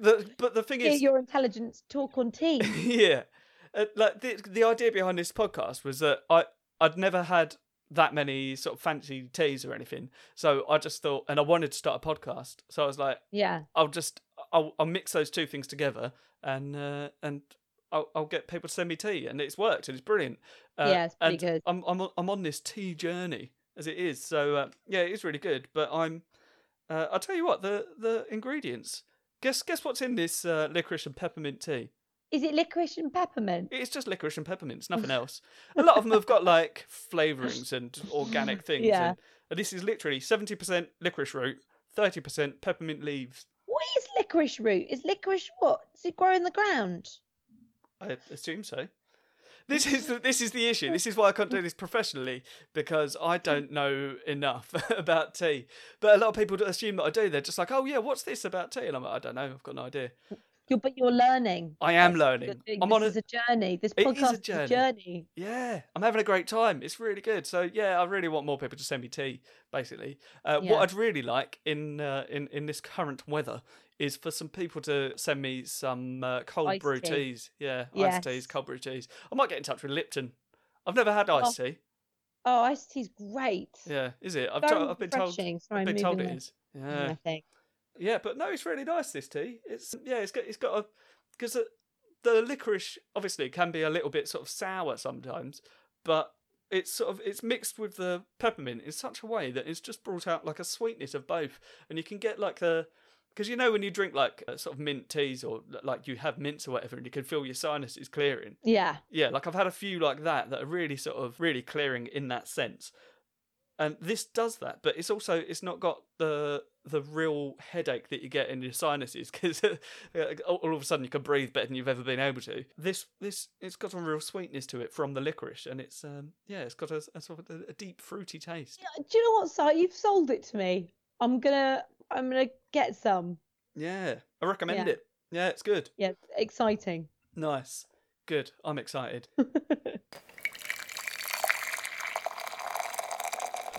Speaker 1: The, but the thing
Speaker 2: Hear
Speaker 1: is,
Speaker 2: your intelligence talk on tea.
Speaker 1: yeah. Uh, like the the idea behind this podcast was that I I'd never had that many sort of fancy teas or anything, so I just thought, and I wanted to start a podcast, so I was like,
Speaker 2: yeah,
Speaker 1: I'll just I'll, I'll mix those two things together, and uh, and I'll, I'll get people to send me tea, and it's worked, and it's brilliant. Uh,
Speaker 2: Yeah, it's pretty
Speaker 1: and
Speaker 2: good.
Speaker 1: I'm I'm on- I'm on this tea journey as it is, so uh, yeah, it's really good. But I'm uh, I'll tell you what the the ingredients. Guess guess what's in this uh, licorice and peppermint tea.
Speaker 2: is it licorice and peppermint?
Speaker 1: It's just licorice and peppermint, it's nothing else. A lot of them have got like flavourings and organic things.
Speaker 2: Yeah.
Speaker 1: And, and this is literally 70% licorice root, 30% peppermint leaves.
Speaker 2: What is licorice root? Is licorice what? Does it grow in the ground?
Speaker 1: I assume so. This is the, this is the issue. This is why I can't do this professionally because I don't know enough about tea. But a lot of people assume that I do. They're just like, "Oh yeah, what's this about tea?" And I'm like, "I don't know. I've got no idea."
Speaker 2: You're but you're learning.
Speaker 1: I am
Speaker 2: That's the
Speaker 1: learning.
Speaker 2: thing.
Speaker 1: I'm
Speaker 2: this
Speaker 1: on a
Speaker 2: is a journey. This
Speaker 1: It is a
Speaker 2: podcast
Speaker 1: journey.
Speaker 2: Is a journey.
Speaker 1: Yeah, I'm having a great time. It's really good. So yeah, I really want more people to send me tea. Basically, uh,
Speaker 2: Yeah.
Speaker 1: what I'd really like in uh, in in this current weather is for some people to send me some uh, cold
Speaker 2: Iced
Speaker 1: brew
Speaker 2: tea.
Speaker 1: teas. Yeah, iced teas,
Speaker 2: Yes.
Speaker 1: cold brew teas. I might get in touch with Lipton. I've never had iced tea.
Speaker 2: Oh, iced tea's great.
Speaker 1: Yeah, is it? I've,
Speaker 2: Very
Speaker 1: to- I've been told.
Speaker 2: refreshing. Sorry,
Speaker 1: I've been
Speaker 2: moving
Speaker 1: told it
Speaker 2: on.
Speaker 1: is. Yeah.
Speaker 2: I think.
Speaker 1: Yeah, but no, it's really nice. This tea. It's yeah, it's got it's got a because the, the licorice obviously can be a little bit sort of sour sometimes, but it's sort of it's mixed with the peppermint in such a way that it's just brought out like a sweetness of both, and you can get like the because you know when you drink like uh, sort of mint teas or like you have mints or whatever, and you can feel your sinuses clearing.
Speaker 2: Yeah.
Speaker 1: Yeah, like I've had a few like that that are really sort of really clearing in that sense. And this does that, but it's also it's not got the the real headache that you get in your sinuses because all all of a sudden you can breathe better than you've ever been able to. This this it's got a real sweetness to it from the licorice, and it's um yeah it's got a, a sort of a, a deep fruity taste.
Speaker 2: Uh, Do you know what, Si? You've sold it to me. I'm gonna I'm gonna get some.
Speaker 1: Yeah, I recommend
Speaker 2: Yeah.
Speaker 1: it. Yeah, it's good.
Speaker 2: Yeah, it's exciting.
Speaker 1: Nice, good. I'm excited.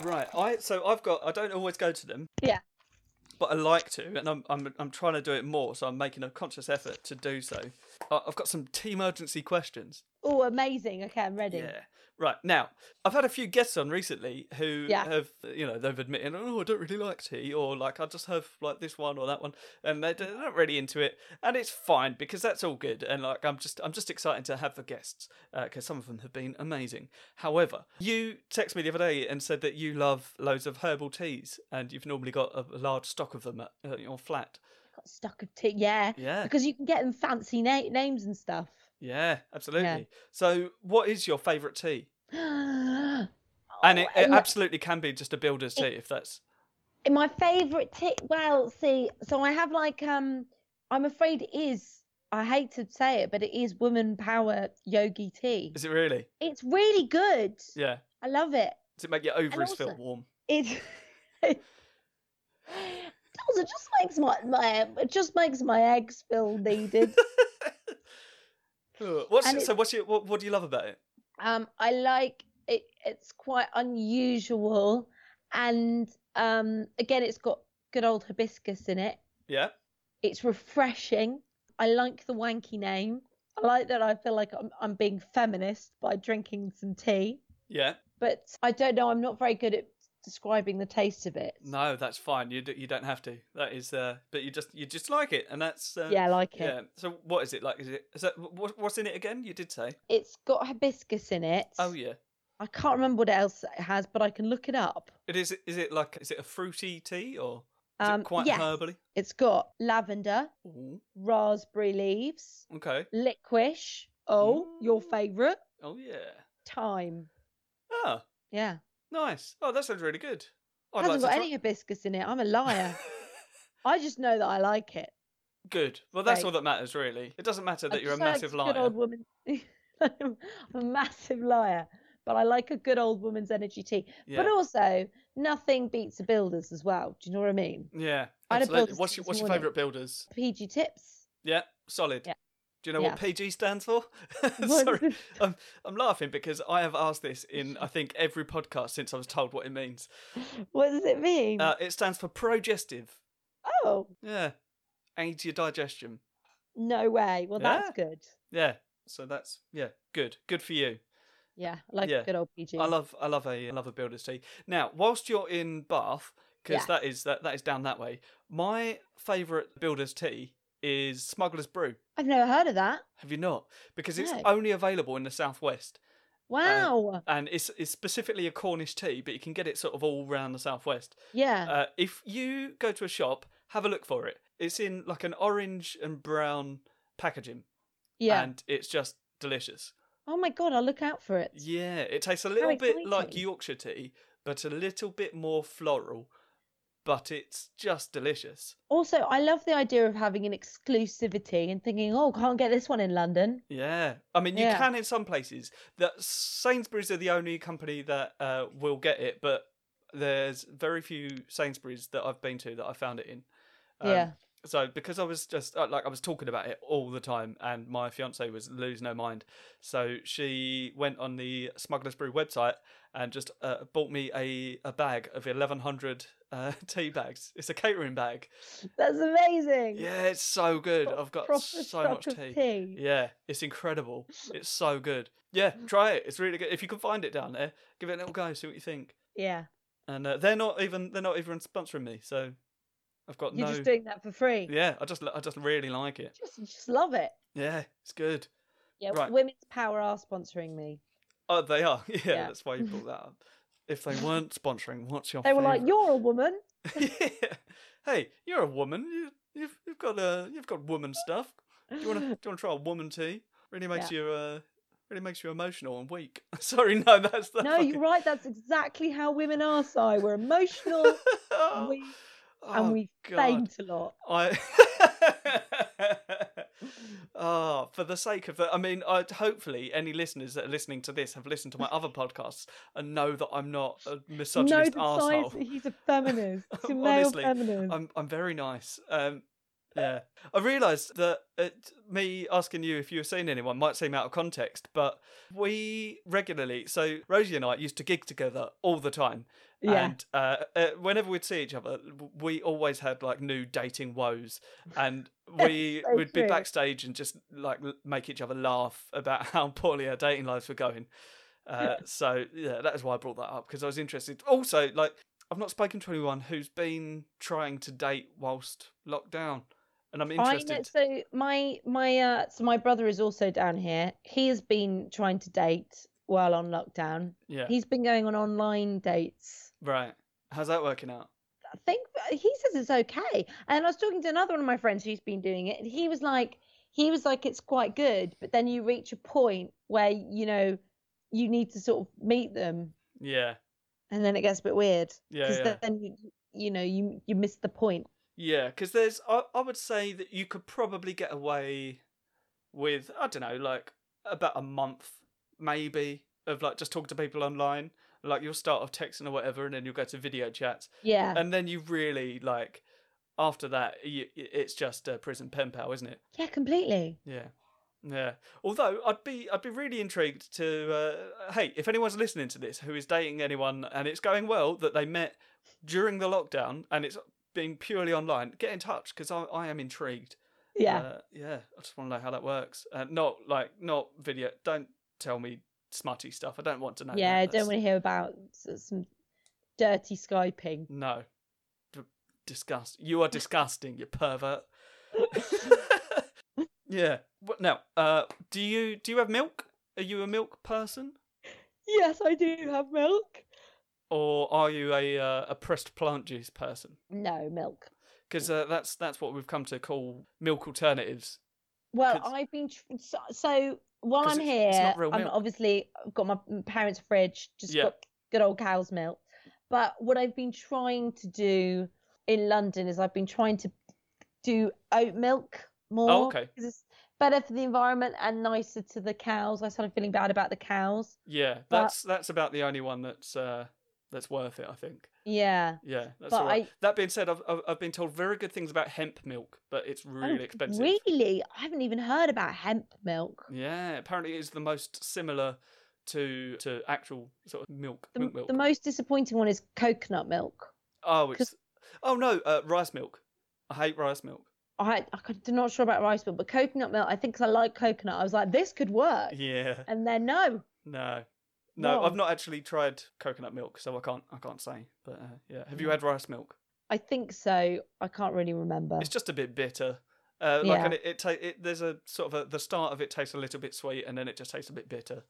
Speaker 1: Right. I so I've got I don't always go to them.
Speaker 2: Yeah.
Speaker 1: But I like to, and I'm I'm I'm trying to do it more. So I'm making a conscious effort to do so. I- I've got some tea emergency questions.
Speaker 2: oh, amazing. Okay, I'm ready.
Speaker 1: Yeah. Right now, I've had a few guests on recently who
Speaker 2: Yeah.
Speaker 1: have, you know, they've admitted, oh, I don't really like tea, or like I just have like this one or that one, and they- they're not really into it, and it's fine because that's all good, and like I'm just, I'm just excited to have the guests because some of them have been amazing. However, you texted me the other day and said that you love loads of herbal teas, and you've normally got a a large stock of them at uh, your flat.
Speaker 2: Got stuck of tea. Yeah.
Speaker 1: Yeah,
Speaker 2: Because you can get them fancy na- names and stuff.
Speaker 1: yeah, absolutely. So, what is your favourite tea? Oh,
Speaker 2: and
Speaker 1: And it, it absolutely can be just a builder's tea if that's
Speaker 2: my favorite tea. Well, see, so I have like um, I'm afraid it is. I hate to say it, but it is woman power yogi tea.
Speaker 1: Is it really?
Speaker 2: It's really good.
Speaker 1: Yeah.
Speaker 2: I love it.
Speaker 1: Does it make your ovaries feel
Speaker 2: also-
Speaker 1: warm?
Speaker 2: It. it also just makes my, my it just makes my eggs feel needed.
Speaker 1: Ugh, What's
Speaker 2: And
Speaker 1: it,
Speaker 2: it-
Speaker 1: so? What's your, what? What do you love about it?
Speaker 2: Um, I like it. It's quite unusual, and um, again, it's got good old hibiscus in it.
Speaker 1: Yeah.
Speaker 2: It's refreshing. I like the wanky name. I like that. I feel like I'm I'm being feminist by drinking some tea,
Speaker 1: Yeah.
Speaker 2: but I don't know. I'm not very good at describing the taste of it.
Speaker 1: No, that's fine. You d- you don't have to. That is. Uh, but you just you just like it, and that's. Uh,
Speaker 2: Yeah, I like it.
Speaker 1: Yeah. So what is it like? Is it? Is that what, what's in it again? You did say.
Speaker 2: It's got hibiscus in it.
Speaker 1: Oh yeah.
Speaker 2: I can't remember what else it has, but I can look it up.
Speaker 1: It is. Is it like? Is it a fruity tea or? Is
Speaker 2: Um,
Speaker 1: it quite
Speaker 2: yes,
Speaker 1: herbally?
Speaker 2: it's got lavender,
Speaker 1: Ooh,
Speaker 2: raspberry leaves,
Speaker 1: okay.
Speaker 2: licorice. Oh, your
Speaker 1: Mm.
Speaker 2: favourite
Speaker 1: Oh yeah.
Speaker 2: thyme.
Speaker 1: Ah,
Speaker 2: Yeah,
Speaker 1: nice. Oh, that sounds really good. I'd
Speaker 2: hasn't
Speaker 1: like
Speaker 2: got
Speaker 1: to
Speaker 2: any hibiscus in it. I'm a
Speaker 1: try-
Speaker 2: liar. I just know that I like it.
Speaker 1: good. Well, that's
Speaker 2: Great.
Speaker 1: all that matters, really. It doesn't matter
Speaker 2: I
Speaker 1: that you're a
Speaker 2: just like
Speaker 1: massive
Speaker 2: a
Speaker 1: liar.
Speaker 2: Good old woman. I'm a massive liar, but I like a good old woman's energy tea.
Speaker 1: yeah.
Speaker 2: But also, nothing beats a builder's as well. Do you know what I mean?
Speaker 1: Yeah.
Speaker 2: I had a
Speaker 1: absolutely.
Speaker 2: builder's
Speaker 1: What's
Speaker 2: tea
Speaker 1: your,
Speaker 2: this
Speaker 1: what's your
Speaker 2: morning.
Speaker 1: favourite builders?
Speaker 2: PG tips.
Speaker 1: Yeah, solid.
Speaker 2: Yeah.
Speaker 1: Do you know
Speaker 2: Yeah.
Speaker 1: what PG stands for?
Speaker 2: What
Speaker 1: Sorry,
Speaker 2: is it?
Speaker 1: I'm, I'm laughing because I have asked this in, I think, every podcast since I was told what it means.
Speaker 2: What does it mean?
Speaker 1: Uh, it stands for progestive.
Speaker 2: oh,
Speaker 1: Yeah. Aids your digestion.
Speaker 2: no way. Well,
Speaker 1: yeah.
Speaker 2: that's good.
Speaker 1: Yeah. So that's, yeah, good. Good for you.
Speaker 2: Yeah, I like
Speaker 1: Yeah.
Speaker 2: a good old PG.
Speaker 1: I love I love a I love a builder's tea. Now, whilst you're in Bath, because
Speaker 2: Yeah.
Speaker 1: that is that, that is down that way, my favourite builder's tea is Smuggler's Brew.
Speaker 2: I've never heard of that.
Speaker 1: Have you not? Because it's
Speaker 2: No.
Speaker 1: only available in the southwest,
Speaker 2: Wow.
Speaker 1: and it's it's specifically a Cornish tea, but you can get it sort of all round the southwest.
Speaker 2: yeah.
Speaker 1: Uh, if you go to a shop, have a look for it. It's in like an orange and brown packaging,
Speaker 2: yeah.
Speaker 1: and it's just delicious.
Speaker 2: oh my god, I'll look out for it.
Speaker 1: Yeah, it tastes a little bit like
Speaker 2: exciting.
Speaker 1: Yorkshire tea, but a little bit more floral. But it's just delicious.
Speaker 2: Also, I love the idea of having an exclusivity and thinking, oh, can't get this one in London.
Speaker 1: Yeah, I mean you
Speaker 2: Yeah.
Speaker 1: can in some places. That Sainsbury's are the only company that uh, will get it, but there's very few Sainsbury's that I've been to that I found it in. Um,
Speaker 2: yeah.
Speaker 1: So because I was just uh, like I was talking about it all the time, and my fiance was losing her mind, so she went on the Smuggler's Brew website and just uh, bought me a, a bag of eleven hundred uh, tea bags. It's a catering bag.
Speaker 2: That's amazing.
Speaker 1: Yeah, it's so good. I've got
Speaker 2: Proper
Speaker 1: so
Speaker 2: stock
Speaker 1: much
Speaker 2: of
Speaker 1: tea. Yeah, it's incredible. It's so good. Yeah,
Speaker 2: Mm.
Speaker 1: try it. It's really good. If you can find it down there, give it a little go. See what you think.
Speaker 2: Yeah.
Speaker 1: And uh, they're not even they're not even sponsoring me, so I've got
Speaker 2: You're
Speaker 1: no.
Speaker 2: just doing that for free.
Speaker 1: yeah, I just I just really like it.
Speaker 2: Just, just love it.
Speaker 1: Yeah, it's good.
Speaker 2: Yeah.
Speaker 1: Right.
Speaker 2: Women's Power are sponsoring me.
Speaker 1: Oh, they are. Yeah,
Speaker 2: Yeah.
Speaker 1: that's why you brought that up. If they weren't sponsoring, what's your?
Speaker 2: They were like,
Speaker 1: favourite-
Speaker 2: you're a woman.
Speaker 1: Yeah. Hey, you're a woman. You, you've you've got uh, you've got woman stuff. Do you want to do you want to try a woman tea? Really makes you uh, really makes you emotional and weak. Sorry, no, that's that.
Speaker 2: No, you're right. That's exactly how women are, Si. We're emotional
Speaker 1: Oh,
Speaker 2: and we, and we faint a lot.
Speaker 1: I. oh, for the sake of the, I mean, i hopefully any listeners that are listening to this have listened to my other podcasts and know that I'm not a misogynist
Speaker 2: no,
Speaker 1: asshole.
Speaker 2: besides, he's a feminist. He's a male
Speaker 1: Honestly,
Speaker 2: feminist.
Speaker 1: I'm I'm very nice. Um, yeah, I realised that it, me asking you if you were seeing anyone might seem out of context, but we regularly, so Rosie and I used to gig together all the time,
Speaker 2: yeah.
Speaker 1: and uh, uh, whenever we'd see each other, w- we always had like new dating woes, and we
Speaker 2: so
Speaker 1: would be
Speaker 2: true.
Speaker 1: backstage and just like l- make each other laugh about how poorly our dating lives were going. Uh, so yeah, that is why I brought that up because I was interested. Also, like I've not spoken to anyone who's been trying to date whilst locked down, and I'm
Speaker 2: I know,
Speaker 1: interested.
Speaker 2: so my my uh so my brother is also down here. He has been trying to date while on lockdown.
Speaker 1: Yeah,
Speaker 2: He's been going on online dates.
Speaker 1: right. How's that working out?
Speaker 2: I think uh, he says it's okay. And I was talking to another one of my friends who's been doing it, and he was like, he was like, it's quite good, but then you reach a point where you know you need to sort of meet them,
Speaker 1: Yeah,
Speaker 2: and then it gets a bit weird
Speaker 1: yeah,
Speaker 2: because
Speaker 1: yeah.
Speaker 2: then you you know you you miss the point.
Speaker 1: Yeah, because there's, I, I would say that you could probably get away with, I don't know, like about a month maybe of like just talking to people online. Like you'll start off texting or whatever, and then you'll go to video chats,
Speaker 2: Yeah.
Speaker 1: and then you really like after that, you, it's just a prison pen pal, isn't it?
Speaker 2: yeah, completely.
Speaker 1: Yeah, yeah. Although I'd be I'd be really intrigued to uh, hey if anyone's listening to this who is dating anyone and it's going well that they met during the lockdown and it's been purely online, get in touch because I, I am intrigued.
Speaker 2: Yeah.
Speaker 1: uh, yeah. I just want to know how that works. Uh, not like not video. Don't tell me smutty stuff. I don't want to know.
Speaker 2: yeah, I
Speaker 1: that. That's-
Speaker 2: don't want to hear about s- some dirty skyping.
Speaker 1: No, D- disgust. You are disgusting. you pervert. yeah. What now? Uh, do you do you have milk? Are you a milk person,
Speaker 2: yes, I do have milk.
Speaker 1: or are you a uh, a pressed plant juice person?
Speaker 2: No milk.
Speaker 1: Because uh, that's that's what we've come to call milk alternatives.
Speaker 2: Well,
Speaker 1: 'Cause-
Speaker 2: I've been tr- so, so while
Speaker 1: 'Cause
Speaker 2: I'm
Speaker 1: it's-
Speaker 2: here,
Speaker 1: it's not real
Speaker 2: I'm
Speaker 1: milk.
Speaker 2: obviously I've got my m- parents' fridge, just
Speaker 1: Yeah.
Speaker 2: got good old cow's milk. But what I've been trying to do in London is I've been trying to do oat milk more.
Speaker 1: Oh, okay.
Speaker 2: 'cause it's better for the environment and nicer to the cows. I started feeling bad about the cows.
Speaker 1: Yeah, that's that's about the only one that's uh, that's worth it. I think.
Speaker 2: Yeah.
Speaker 1: Yeah, that's
Speaker 2: But
Speaker 1: all right.
Speaker 2: I-
Speaker 1: That being said, I've, I've I've been told very good things about hemp milk, but it's really
Speaker 2: Oh,
Speaker 1: expensive.
Speaker 2: Really? I haven't even heard about hemp milk.
Speaker 1: Yeah, apparently it's the most similar to to actual sort of milk.
Speaker 2: The,
Speaker 1: milk, milk.
Speaker 2: the most disappointing one is coconut milk.
Speaker 1: oh,
Speaker 2: 'cause-
Speaker 1: it's oh no, uh, rice milk. I hate rice milk.
Speaker 2: I, I'm not sure about rice milk, but coconut milk, I think 'cause I like coconut, I was like, this could work.
Speaker 1: Yeah,
Speaker 2: And then no.
Speaker 1: no, no, I've
Speaker 2: Wrong.
Speaker 1: not actually tried coconut milk, so I can't I can't say. But uh, yeah, have you
Speaker 2: No.
Speaker 1: had rice milk?
Speaker 2: I think so. I can't really remember.
Speaker 1: It's just a bit bitter. Uh, like
Speaker 2: Uh. Yeah.
Speaker 1: and it, it, ta- it there's a sort of a, the start of it tastes a little bit sweet and then it just tastes a bit bitter,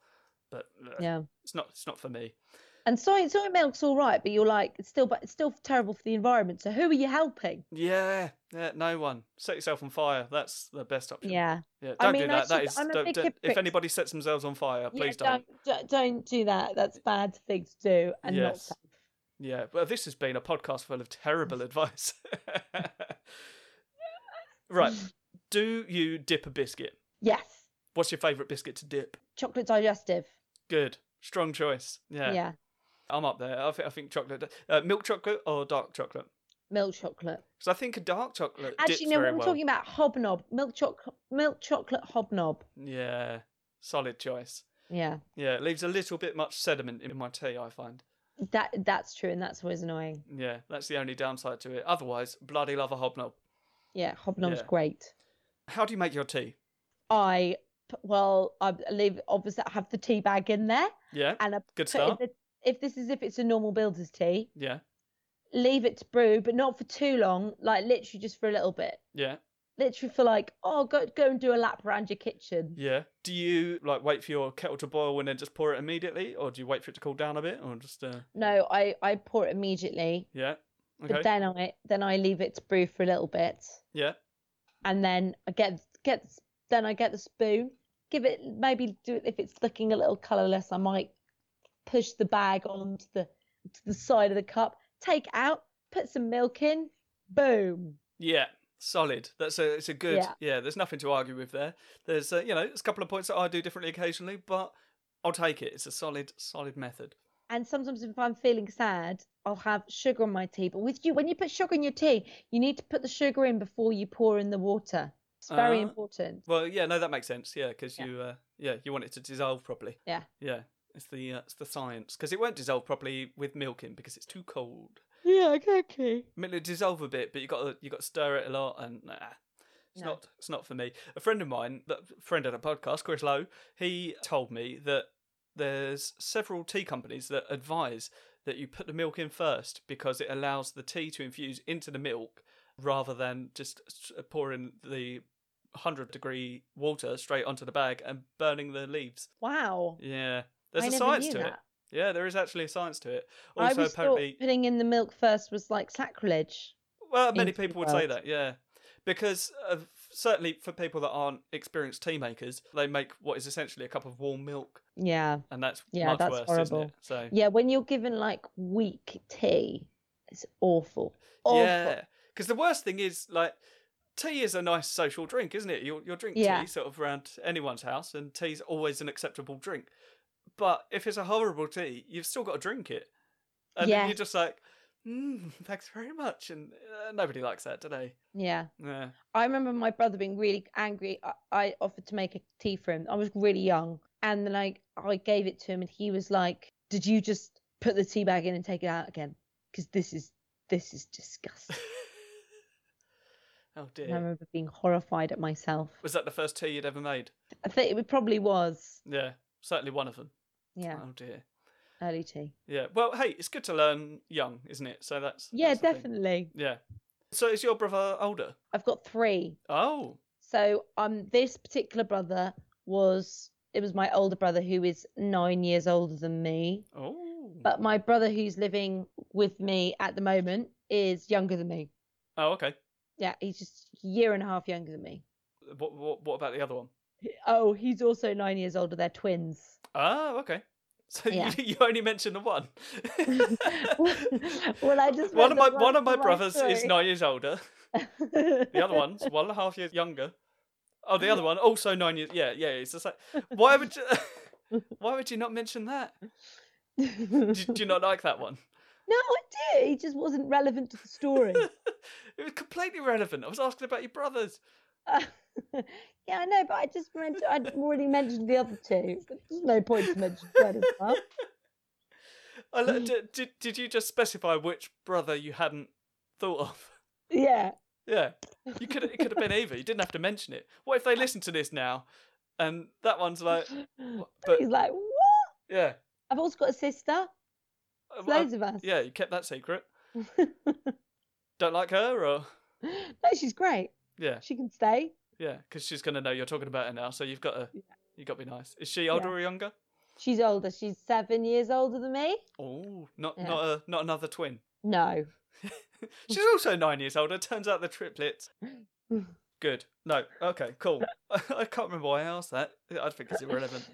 Speaker 1: but uh,
Speaker 2: yeah.
Speaker 1: it's not it's not for me.
Speaker 2: And soy soy milk's all right, but you're like it's still but it's still terrible for the environment. So who are you helping?
Speaker 1: Yeah, yeah, no one set yourself on fire. That's the best option.
Speaker 2: Yeah.
Speaker 1: Yeah, don't
Speaker 2: I
Speaker 1: do
Speaker 2: mean, I
Speaker 1: that. That
Speaker 2: should-
Speaker 1: is-
Speaker 2: I'm a
Speaker 1: don't-
Speaker 2: big
Speaker 1: don't- if
Speaker 2: hypocrite.
Speaker 1: anybody sets themselves on fire, Uh, please
Speaker 2: yeah,
Speaker 1: don't.
Speaker 2: don't. don't don't do that. That's bad thing to do and not
Speaker 1: Yes.
Speaker 2: safe.
Speaker 1: Yeah, well, this has been a podcast full of terrible advice. right, do you dip a biscuit?
Speaker 2: Yes.
Speaker 1: What's your favourite biscuit to dip?
Speaker 2: Chocolate digestive.
Speaker 1: Good, strong choice. Yeah,
Speaker 2: Yeah.
Speaker 1: I'm up there. I think I think chocolate, uh, milk chocolate or dark chocolate.
Speaker 2: Milk chocolate.
Speaker 1: Because I think a dark chocolate
Speaker 2: Actually,
Speaker 1: dips
Speaker 2: no,
Speaker 1: very
Speaker 2: when we're
Speaker 1: well.
Speaker 2: talking about hobnob, milk chocolate, milk chocolate hobnob.
Speaker 1: Yeah, solid choice.
Speaker 2: Yeah,
Speaker 1: Yeah, it leaves a little bit much sediment in my tea. I find.
Speaker 2: that that's true, and that's always annoying.
Speaker 1: Yeah, that's the only downside to it. Otherwise, bloody love a hobnob.
Speaker 2: Yeah, hobnob's
Speaker 1: Yeah.
Speaker 2: great.
Speaker 1: How do you make your tea?
Speaker 2: I p- well, I leave obviously I have the tea bag in there,
Speaker 1: Yeah,
Speaker 2: and I
Speaker 1: good
Speaker 2: put in
Speaker 1: start.
Speaker 2: the, if this is if it's a normal builder's tea,
Speaker 1: Yeah,
Speaker 2: leave it to brew, but not for too long. Like literally just for a little bit.
Speaker 1: yeah,
Speaker 2: Literally for like, oh, go go and do a lap around your kitchen.
Speaker 1: yeah. Do you like wait for your kettle to boil and then just pour it immediately, or do you wait for it to cool down a bit, or just uh,
Speaker 2: No, I I pour it immediately,
Speaker 1: yeah,
Speaker 2: but
Speaker 1: okay,
Speaker 2: then I then I leave it to brew for a little bit.
Speaker 1: yeah,
Speaker 2: and then I get get the s- then I get the spoon. Give it maybe do it if it's looking a little colourless. I might push the bag onto the to the side of the cup, take it out, put some milk in, boom.
Speaker 1: yeah. Solid. That's a it's a good yeah.
Speaker 2: Yeah.
Speaker 1: there's nothing to argue with there. There's uh, you know there's a couple of points that I do differently occasionally, but I'll take it. It's a solid solid method.
Speaker 2: And sometimes if I'm feeling sad, I'll have sugar on my tea. But with you, when you put sugar in your tea, you need to put the sugar in before you pour in the water. It's very
Speaker 1: Ah.
Speaker 2: important.
Speaker 1: Well, yeah, no, that makes sense. Yeah, because
Speaker 2: Yeah.
Speaker 1: you, uh, yeah, you want it to dissolve properly.
Speaker 2: Yeah.
Speaker 1: yeah, it's the uh, it's the science because it won't dissolve properly with milking because it's too cold.
Speaker 2: Yeah, exactly.
Speaker 1: I mean, it dissolve a bit, but you got to you got to stir it a lot, and nah, it's
Speaker 2: No.
Speaker 1: not it's not for me. A friend of mine, that friend at a podcast, Chris Lowe, he told me that there's several tea companies that advise that you put the milk in first because it allows the tea to infuse into the milk rather than just s- pouring the 100 degree water straight onto the bag and burning the leaves.
Speaker 2: Wow.
Speaker 1: Yeah, there's
Speaker 2: I
Speaker 1: a
Speaker 2: never
Speaker 1: science
Speaker 2: knew
Speaker 1: to
Speaker 2: that.
Speaker 1: it. Yeah, there is actually a science to it.
Speaker 2: I
Speaker 1: Also,
Speaker 2: always
Speaker 1: apparently,
Speaker 2: thought putting in the milk first was like sacrilege.
Speaker 1: well, many
Speaker 2: into the
Speaker 1: people would say
Speaker 2: world.
Speaker 1: that, yeah. Because uh, certainly for people that aren't experienced tea makers, they make what is essentially a cup of warm milk,
Speaker 2: Yeah.
Speaker 1: and that's
Speaker 2: Yeah,
Speaker 1: much
Speaker 2: that's
Speaker 1: worse, isn't it?
Speaker 2: horrible.
Speaker 1: So
Speaker 2: Yeah, when you're given like weak tea, it's awful. Awful.
Speaker 1: yeah, because the worst thing is like tea is a nice social drink, isn't it? You'll you'll drink
Speaker 2: Yeah.
Speaker 1: tea sort of around anyone's house, and tea's always an acceptable drink. But if it's a horrible tea, you've still got to drink it, and then
Speaker 2: Yeah.
Speaker 1: you're just like, mm, thanks very much, and uh, nobody likes that, do they?
Speaker 2: Yeah.
Speaker 1: Yeah,
Speaker 2: I remember my brother being really angry. I, I offered to make a tea for him. I was really young. And then I, I gave it to him and he was like, Did you just put the tea bag in and take it out again? Because this is this is disgusting.
Speaker 1: oh
Speaker 2: And I
Speaker 1: dear.
Speaker 2: remember being horrified at myself.
Speaker 1: Was that the first tea you'd ever made?
Speaker 2: I think it probably was.
Speaker 1: Yeah, certainly one of them.
Speaker 2: Yeah,
Speaker 1: Oh dear.
Speaker 2: early tea.
Speaker 1: Yeah. Well, hey, it's good to learn young, isn't it? So that's
Speaker 2: Yeah,
Speaker 1: that's the thing.
Speaker 2: definitely.
Speaker 1: Yeah. So is your brother older?
Speaker 2: I've got three.
Speaker 1: Oh,
Speaker 2: So um this particular brother was it was my older brother who is nine years older than me.
Speaker 1: oh.
Speaker 2: But my brother who's living with me at the moment is younger than me.
Speaker 1: Oh, okay.
Speaker 2: Yeah, he's just a year and a half younger than me.
Speaker 1: What, what what about the other one?
Speaker 2: Oh, he's also nine years older. They're twins.
Speaker 1: Oh, okay. So
Speaker 2: Yeah.
Speaker 1: you, you only mentioned the one.
Speaker 2: well, I just
Speaker 1: one
Speaker 2: read
Speaker 1: of
Speaker 2: the
Speaker 1: my one of my
Speaker 2: from
Speaker 1: brothers is
Speaker 2: story.
Speaker 1: nine years older. The other one's one and a half years younger. Oh, the other one also nine years. Yeah, yeah. It's just like why would you why would you not mention that? Do, do you not like that one?
Speaker 2: No, I did. He just wasn't relevant to the story.
Speaker 1: It was completely relevant. I was asking about your brothers.
Speaker 2: Uh, yeah, I know, but I just meant I'd already mentioned the other two. There's no point to mention third as well.
Speaker 1: I lo-
Speaker 2: Hmm.
Speaker 1: did, did, did you just specify which brother you hadn't thought of?
Speaker 2: Yeah.
Speaker 1: Yeah, you could it could have been either. You didn't have to mention it. What if they listen to this now, and that one's like, but-
Speaker 2: He's like, what?
Speaker 1: yeah,
Speaker 2: I've also got a sister.
Speaker 1: uh,
Speaker 2: There's
Speaker 1: well,
Speaker 2: loads of us.
Speaker 1: yeah, you kept that secret. Don't like her, or
Speaker 2: no, she's great.
Speaker 1: yeah,
Speaker 2: She can stay.
Speaker 1: yeah, because she's gonna know you're talking about her now. So you've got to
Speaker 2: Yeah.
Speaker 1: you got to be nice. Is she older
Speaker 2: Yeah.
Speaker 1: or younger?
Speaker 2: She's older. She's seven years older than me.
Speaker 1: Oh, not
Speaker 2: Yeah.
Speaker 1: not a, not another twin.
Speaker 2: No.
Speaker 1: She's also nine years older. Turns out the triplets. Good. No. Okay. Cool. I can't remember why I asked that. I think it's irrelevant.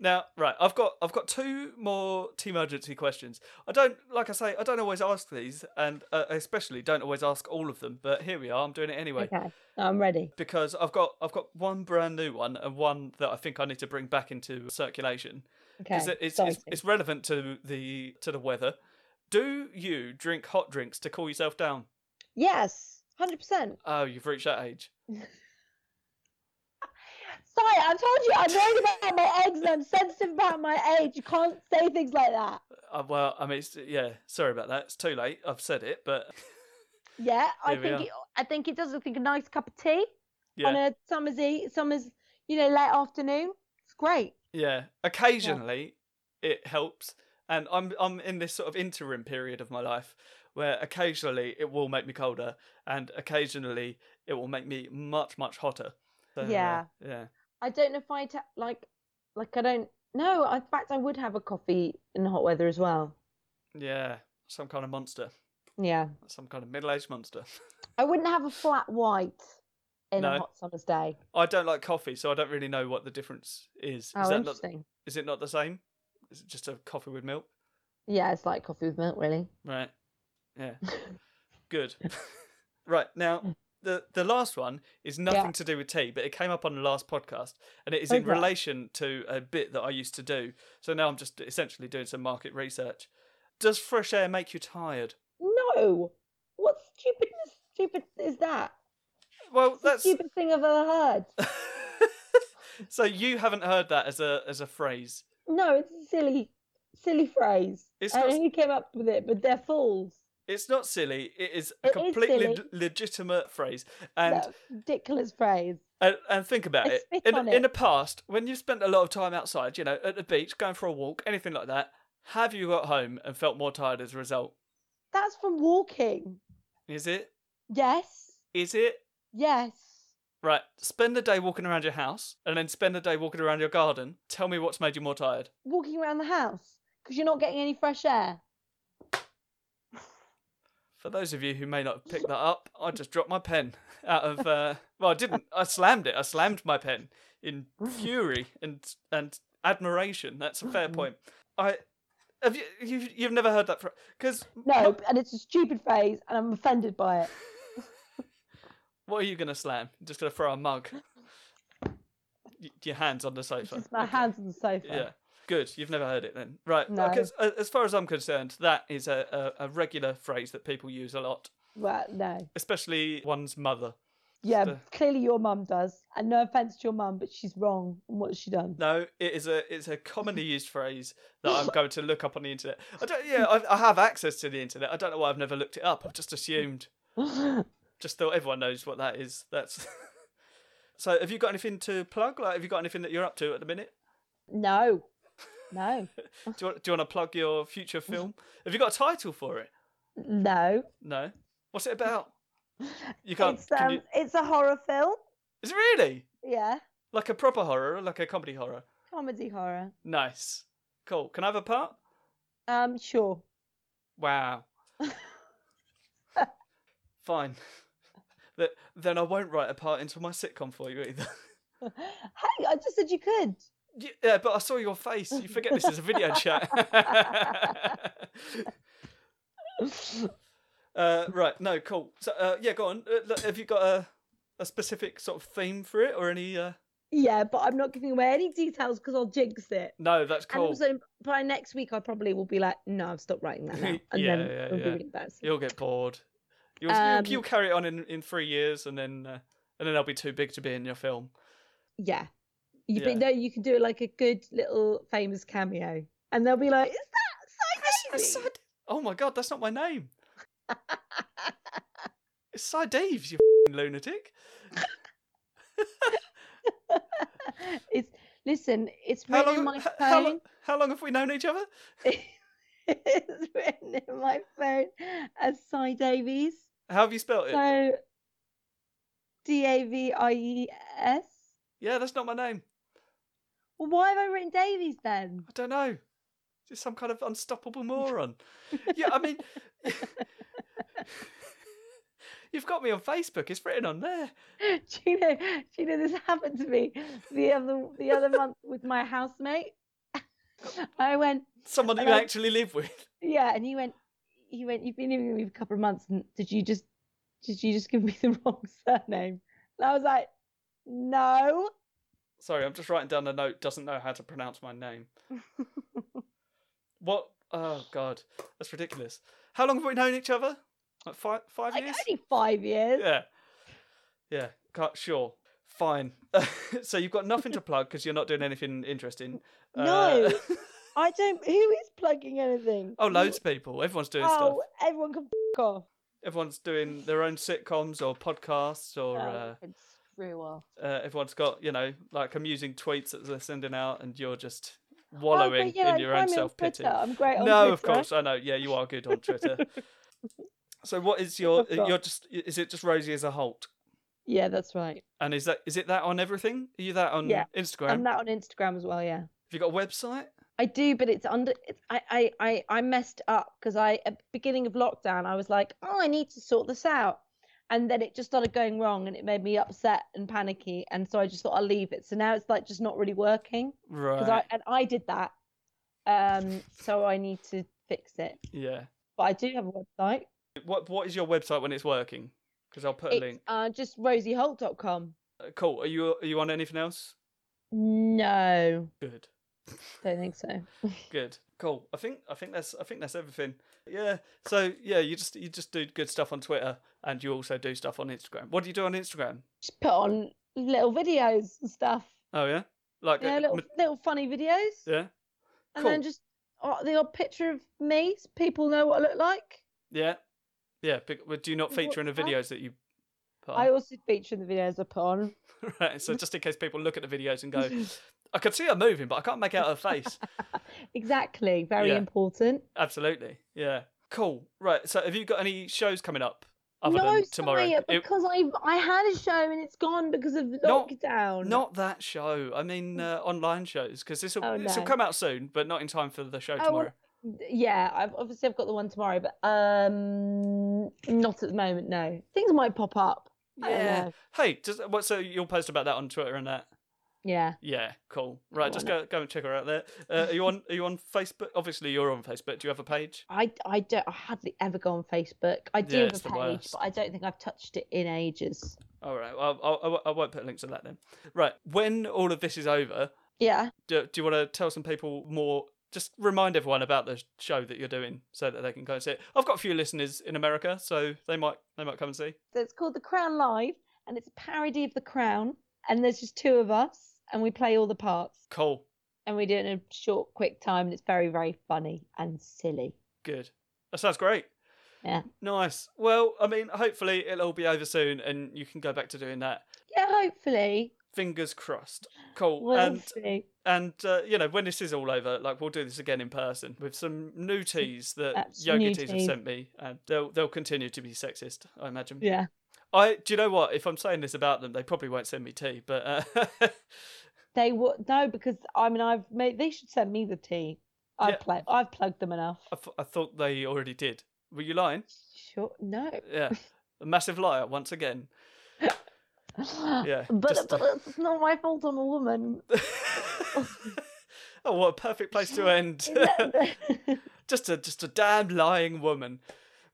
Speaker 1: Now, right, I've got I've got two more team urgency questions. I don't like I say I don't always ask these, and uh, I especially don't always ask all of them. But here we are. I'm doing it anyway
Speaker 2: Okay. I'm ready.
Speaker 1: because I've got I've got one brand new one and one that I think I need to bring back into circulation
Speaker 2: Okay.
Speaker 1: because it's, it's
Speaker 2: exciting.
Speaker 1: it's relevant to the to the weather. Do you drink hot drinks to cool yourself down?
Speaker 2: Yes. 100%.
Speaker 1: Oh, you've reached that age.
Speaker 2: Sorry, I've told you I'm worried about my eggs and I'm sensitive about my age. You can't say things like that.
Speaker 1: Uh, well, I mean, it's, yeah. Sorry about that. It's too late. I've said it, but
Speaker 2: Yeah, I
Speaker 1: Here we
Speaker 2: think
Speaker 1: are.
Speaker 2: it, I think it does look like a nice cup of tea
Speaker 1: yeah,
Speaker 2: on a summer's eve, summer's you know late afternoon. It's great.
Speaker 1: yeah. Occasionally, it helps, and I'm I'm in this sort of interim period of my life where occasionally it will make me colder, and occasionally it will make me much much hotter. So, uh,
Speaker 2: Yeah.
Speaker 1: yeah.
Speaker 2: I don't know if I ta- like like I don't no. In fact, I would have a coffee in the hot weather as well.
Speaker 1: Yeah, some kind of monster,
Speaker 2: Yeah,
Speaker 1: some kind of middle-aged monster.
Speaker 2: I wouldn't have a flat white in
Speaker 1: No.
Speaker 2: a hot summer's day.
Speaker 1: I don't like coffee, so I don't really know what the difference is. Is,
Speaker 2: Oh,
Speaker 1: that not,
Speaker 2: interesting.
Speaker 1: is it not the same? Is it just a coffee with milk?
Speaker 2: Yeah, it's like coffee with milk, really.
Speaker 1: Right. Yeah. Good. right
Speaker 2: Hmm.
Speaker 1: now, the the last one is nothing to do with tea, but it came up on the last podcast, and it is in
Speaker 2: Okay.
Speaker 1: relation to a bit that I used to do. So now I'm just essentially doing some market research. Does fresh air make you tired?
Speaker 2: No, what stupidness? Stupid is that?
Speaker 1: Well,
Speaker 2: It's the
Speaker 1: that's
Speaker 2: stupid thing I've ever heard.
Speaker 1: so you haven't heard that as a as a phrase.
Speaker 2: No, it's a silly, silly phrase.
Speaker 1: It's
Speaker 2: I
Speaker 1: not
Speaker 2: don't
Speaker 1: s-
Speaker 2: know who came up with it, but they're fools.
Speaker 1: It's not silly. It is a
Speaker 2: It is
Speaker 1: completely
Speaker 2: silly.
Speaker 1: leg- legitimate phrase, and
Speaker 2: That ridiculous phrase.
Speaker 1: And, and think about
Speaker 2: I
Speaker 1: it.
Speaker 2: spit
Speaker 1: In,
Speaker 2: on
Speaker 1: in
Speaker 2: it.
Speaker 1: the past, when you spent a lot of time outside, you know, at the beach, going for a walk, anything like that, have you got home and felt more tired as a result?
Speaker 2: That's from walking.
Speaker 1: Is it?
Speaker 2: Yes,
Speaker 1: Is it?
Speaker 2: yes.
Speaker 1: Right. Spend the day walking around your house and then spend the day walking around your garden. Tell me what's made you more tired.
Speaker 2: Walking around the house because you're not getting any fresh air.
Speaker 1: For those of you who may not have picked that up, I just dropped my pen out of. Uh, well, I didn't. I slammed it. I slammed my pen in fury and and admiration. That's a
Speaker 2: Mm.
Speaker 1: fair point. I have you. You've, you've never heard that because
Speaker 2: No, and it's a stupid phrase, and I'm offended by it.
Speaker 1: What are you gonna slam? You're just gonna throw a mug. Y- Your hands on the
Speaker 2: It's
Speaker 1: sofa.
Speaker 2: just my
Speaker 1: Okay.
Speaker 2: hands on the sofa.
Speaker 1: Yeah. Good. You've never heard it then, right?
Speaker 2: No.
Speaker 1: Because uh, as far as I'm concerned, that is a, a, a regular phrase that people use a lot,
Speaker 2: Well, no.
Speaker 1: especially one's mother.
Speaker 2: Yeah,
Speaker 1: the-
Speaker 2: clearly your mum does. And no offence to your mum, but she's wrong in what she done.
Speaker 1: No, it is a it's a commonly used phrase that I'm going to look up on the internet. I don't. Yeah, I, I have access to the internet. I don't know why I've never looked it up. I've just assumed. Just thought everyone knows what that is. That's. so, have you got anything to plug? Like, have you got anything that you're up to at the minute?
Speaker 2: no, no,
Speaker 1: Do you, want, do you want to plug your future film? Have you got a title for it?
Speaker 2: no.
Speaker 1: No. What's it about? You can't.
Speaker 2: it's
Speaker 1: can
Speaker 2: um,
Speaker 1: you-
Speaker 2: it's a horror film.
Speaker 1: Is it really
Speaker 2: Yeah,
Speaker 1: like a proper horror, or like a comedy horror?
Speaker 2: comedy horror.
Speaker 1: Nice, cool. Can I have a part?
Speaker 2: Um, sure.
Speaker 1: Wow. Fine. Th then I won't write a part into my sitcom for you either.
Speaker 2: hey, I just said you could.
Speaker 1: Y- yeah, but I saw your face. You forget this is a video chat. uh, right. No. Cool. So uh, yeah, go on. Uh, look, have you got a a specific sort of theme for it or any? Uh...
Speaker 2: Yeah, but I'm not giving away any details because I'll jinx it.
Speaker 1: No, that's cool.
Speaker 2: And also, by next week, I probably will be like, no, I've stopped writing that now. And
Speaker 1: Yeah,
Speaker 2: then
Speaker 1: yeah,
Speaker 2: it'll be
Speaker 1: yeah.
Speaker 2: really embarrassing.
Speaker 1: You'll get bored. You'll,
Speaker 2: Um,
Speaker 1: you'll, you'll carry it on in, in three years, and then uh, and then I'll be too big to be in your film.
Speaker 2: Yeah. You,
Speaker 1: Yeah.
Speaker 2: But no, you can do like a good little famous cameo. And they'll be like, is that
Speaker 1: That's
Speaker 2: Side
Speaker 1: Cy- oh my god, that's not my name. It's Cy Daves, you fing lunatic.
Speaker 2: Davey?" It's Listen, it's
Speaker 1: How
Speaker 2: written
Speaker 1: long?
Speaker 2: in my
Speaker 1: h-
Speaker 2: phone.
Speaker 1: How, long? How long have we known each other?
Speaker 2: it's written in my phone as Cy Davies.
Speaker 1: How have you spelt it?
Speaker 2: So D A V I E S.
Speaker 1: Yeah, that's not my name.
Speaker 2: Well, why have I written Davies then?
Speaker 1: I don't know. Just some kind of unstoppable moron. yeah, I mean, you've got me on Facebook. It's written on there.
Speaker 2: do you know? Do you know this happened to me the other the other month with my housemate? I went,
Speaker 1: Someone you
Speaker 2: And I-
Speaker 1: actually live with.
Speaker 2: yeah, and he went, he went. You've been living with me for a couple of months, and did you just did you just give me the wrong surname? And I was like, no.
Speaker 1: Sorry, I'm just writing down a note. Doesn't know how to pronounce my name. What? Oh God, that's ridiculous. How long have we known each other? Like five, five
Speaker 2: like
Speaker 1: years.
Speaker 2: only five years.
Speaker 1: Yeah, yeah. ca- Sure, fine. so you've got nothing to plug because you're not doing anything interesting. Uh,
Speaker 2: No. I don't. Who is plugging anything?
Speaker 1: oh,
Speaker 2: You-
Speaker 1: loads of people. Everyone's doing stuff.
Speaker 2: Oh, everyone can f- off.
Speaker 1: Everyone's doing their own sitcoms or podcasts, or uh,
Speaker 2: oh, screw off.
Speaker 1: uh, everyone's got you know like amusing tweets that they're sending out, and you're just
Speaker 2: Oh, but
Speaker 1: wallowing
Speaker 2: yeah,
Speaker 1: in your
Speaker 2: find
Speaker 1: own
Speaker 2: me on
Speaker 1: self pity.
Speaker 2: Twitter. I'm great on
Speaker 1: no,
Speaker 2: Twitter.
Speaker 1: of course I know. Yeah, you are good on Twitter. so what is your?
Speaker 2: I've got-
Speaker 1: You're just. Is it just Rosie as a Holt?
Speaker 2: Yeah, that's right.
Speaker 1: And is that is it that on everything? Are you that on
Speaker 2: Yeah,
Speaker 1: Instagram?
Speaker 2: I'm that on Instagram as well. Yeah,
Speaker 1: Have you got a website?
Speaker 2: I do, but it's under. It's, I, I, I, I messed up because I at the beginning of lockdown I was like, oh, I need to sort this out, and then it just started going wrong, and it made me upset and panicky, and so I just thought I'll leave it. So now it's like just not really working because
Speaker 1: Right.
Speaker 2: I and I did that, um, so I need to fix it.
Speaker 1: Yeah.
Speaker 2: But I do have a website.
Speaker 1: What what is your website when it's working? Because I'll put a
Speaker 2: It's
Speaker 1: link.
Speaker 2: uh, just rosieholt.com.
Speaker 1: Uh, Cool. Are you are you on anything else?
Speaker 2: No,
Speaker 1: Good.
Speaker 2: don't think so.
Speaker 1: Good. Cool. I think I think that's I think that's everything. Yeah. So yeah, you just you just do good stuff on Twitter and you also do stuff on Instagram. What do you do on Instagram?
Speaker 2: Just put on little videos and stuff.
Speaker 1: Oh yeah. Like
Speaker 2: Yeah,
Speaker 1: uh,
Speaker 2: little
Speaker 1: ma-
Speaker 2: little funny videos,
Speaker 1: yeah.
Speaker 2: and
Speaker 1: cool.
Speaker 2: then just oh, the odd picture of me. so people know what I look like.
Speaker 1: Yeah. Yeah. But, but do you not
Speaker 2: What
Speaker 1: feature in the
Speaker 2: the heck?
Speaker 1: videos that you put
Speaker 2: I
Speaker 1: on?
Speaker 2: also feature in the videos I put on.
Speaker 1: right. So just in case people look at the videos and go, I could see her moving, but I can't make out her face.
Speaker 2: Exactly, very
Speaker 1: Yeah.
Speaker 2: important.
Speaker 1: Absolutely. Yeah. Cool. Right. So have you got any shows coming up other
Speaker 2: no,
Speaker 1: than tomorrow?
Speaker 2: sorry, uh,
Speaker 1: It-
Speaker 2: because I I had a show and it's gone because of
Speaker 1: Not-
Speaker 2: lockdown.
Speaker 1: not that show. I mean uh, online shows because this will
Speaker 2: Mm. Oh,
Speaker 1: this will
Speaker 2: no. Oh,
Speaker 1: come out soon, but not in time for the show
Speaker 2: well,
Speaker 1: tomorrow.
Speaker 2: yeah, I've obviously I've got the one tomorrow, but um, not at the moment. No, things might pop up. I don't know.
Speaker 1: Hey, just what? So you'll post about that on Twitter and that.
Speaker 2: Yeah.
Speaker 1: Yeah. Cool. Right.
Speaker 2: Go
Speaker 1: just
Speaker 2: on
Speaker 1: go go and check her out there. Uh, are you on Are you on Facebook? Obviously, you're on Facebook. Do you have a page?
Speaker 2: I, I don't I hardly ever go on Facebook. I do
Speaker 1: Yeah,
Speaker 2: have
Speaker 1: it's
Speaker 2: a
Speaker 1: the
Speaker 2: page,
Speaker 1: worst.
Speaker 2: but I don't think I've touched it in ages.
Speaker 1: All right. Well, I'll, I'll, I won't put links to that then. Right. When all of this is over,
Speaker 2: Yeah.
Speaker 1: do, do you want to tell some people more? Just remind everyone about the show that you're doing so that they can go and see it. I've got a few listeners in America, so they might they might come and see.
Speaker 2: So it's called The Crown Live and it's a parody of The Crown and there's just two of us and we play all the parts
Speaker 1: Cool,
Speaker 2: and we do it in a short quick time and it's very very funny and silly.
Speaker 1: good. That sounds great.
Speaker 2: Yeah.
Speaker 1: Nice. Well, I mean, hopefully it'll all be over soon and you can go back to doing that.
Speaker 2: Yeah, hopefully.
Speaker 1: Fingers crossed. Cool. um,
Speaker 2: We'll
Speaker 1: and
Speaker 2: see.
Speaker 1: and uh, you know when this is all over, like we'll do this again in person with some new teas that
Speaker 2: Absolute
Speaker 1: yoga
Speaker 2: new
Speaker 1: teas have
Speaker 2: teas.
Speaker 1: sent me, and they'll they'll continue to be sexist, I imagine.
Speaker 2: Yeah.
Speaker 1: I do you know what? If I'm saying this about them, they probably won't send me tea. But uh,
Speaker 2: They would no because I mean I've made they should send me the tea. I've
Speaker 1: Yeah.
Speaker 2: pla- I've plugged them enough.
Speaker 1: I, th- I thought they already did. Were you lying?
Speaker 2: Sure. No.
Speaker 1: Yeah, a massive liar once again. Yeah,
Speaker 2: Ah, but
Speaker 1: just-
Speaker 2: but it's not my fault I'm a woman.
Speaker 1: oh, what a perfect place to end.
Speaker 2: Is that-
Speaker 1: just a just a damn lying woman.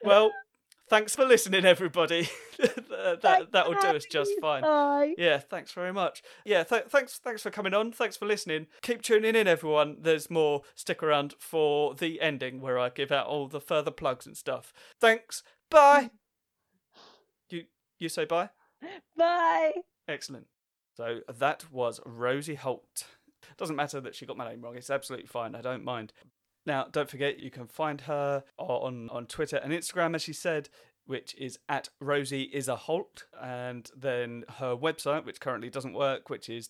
Speaker 1: Well, Thanks for listening, everybody. that that that will do us just fine.
Speaker 2: Bye.
Speaker 1: Yeah, thanks very much. Yeah, th- thanks thanks for coming on. Thanks for listening. Keep tuning in, everyone. There's more. Stick around for the ending where I give out all the further plugs and stuff. Thanks. Bye. You you say bye.
Speaker 2: Bye.
Speaker 1: Excellent. So that was Rosie Holt. Doesn't matter that she got my name wrong. It's absolutely fine. I don't mind. Now, don't forget you can find her on on Twitter and Instagram, as she said, which is at Rosie is a Holt, and then her website, which currently doesn't work, which is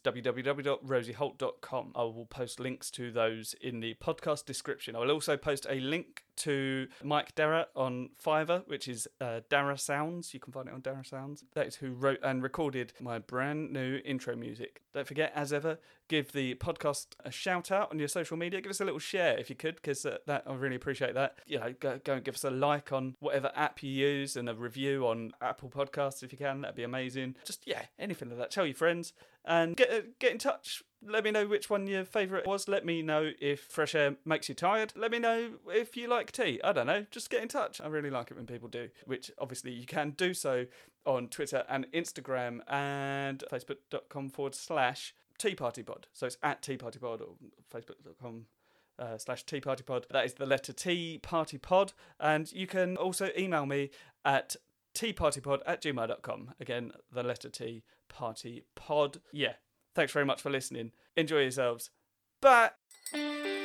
Speaker 1: www.rosieholt.com. I will post links to those in the podcast description. I will also post a link to Mike Dara on Fiverr, which is uh, Dara Sounds. You can find it on Dara Sounds. That is who wrote and recorded my brand new intro music. Don't forget, as ever, give the podcast a shout out on your social media. Give us a little share if you could, because uh, that I really appreciate that. You know, go, go and give us a like on whatever app you use and a review on Apple Podcasts if you can. That'd be amazing. Just yeah, anything like that. Tell your friends and get uh, get in touch. Let me know which one your favourite was. Let me know if fresh air makes you tired. Let me know if you like tea. I don't know. Just get in touch. I really like it when people do, which obviously you can do so on Twitter and Instagram and facebook.com forward slash Tea Party Pod. So it's at Tea Party Pod or facebook.com uh, slash Tea Party Pod. That is the letter T Party Pod. And you can also email me at teapartypod at gmail.com. Again, the letter T Party Pod. Yeah. Thanks very much for listening. Enjoy yourselves. Bye.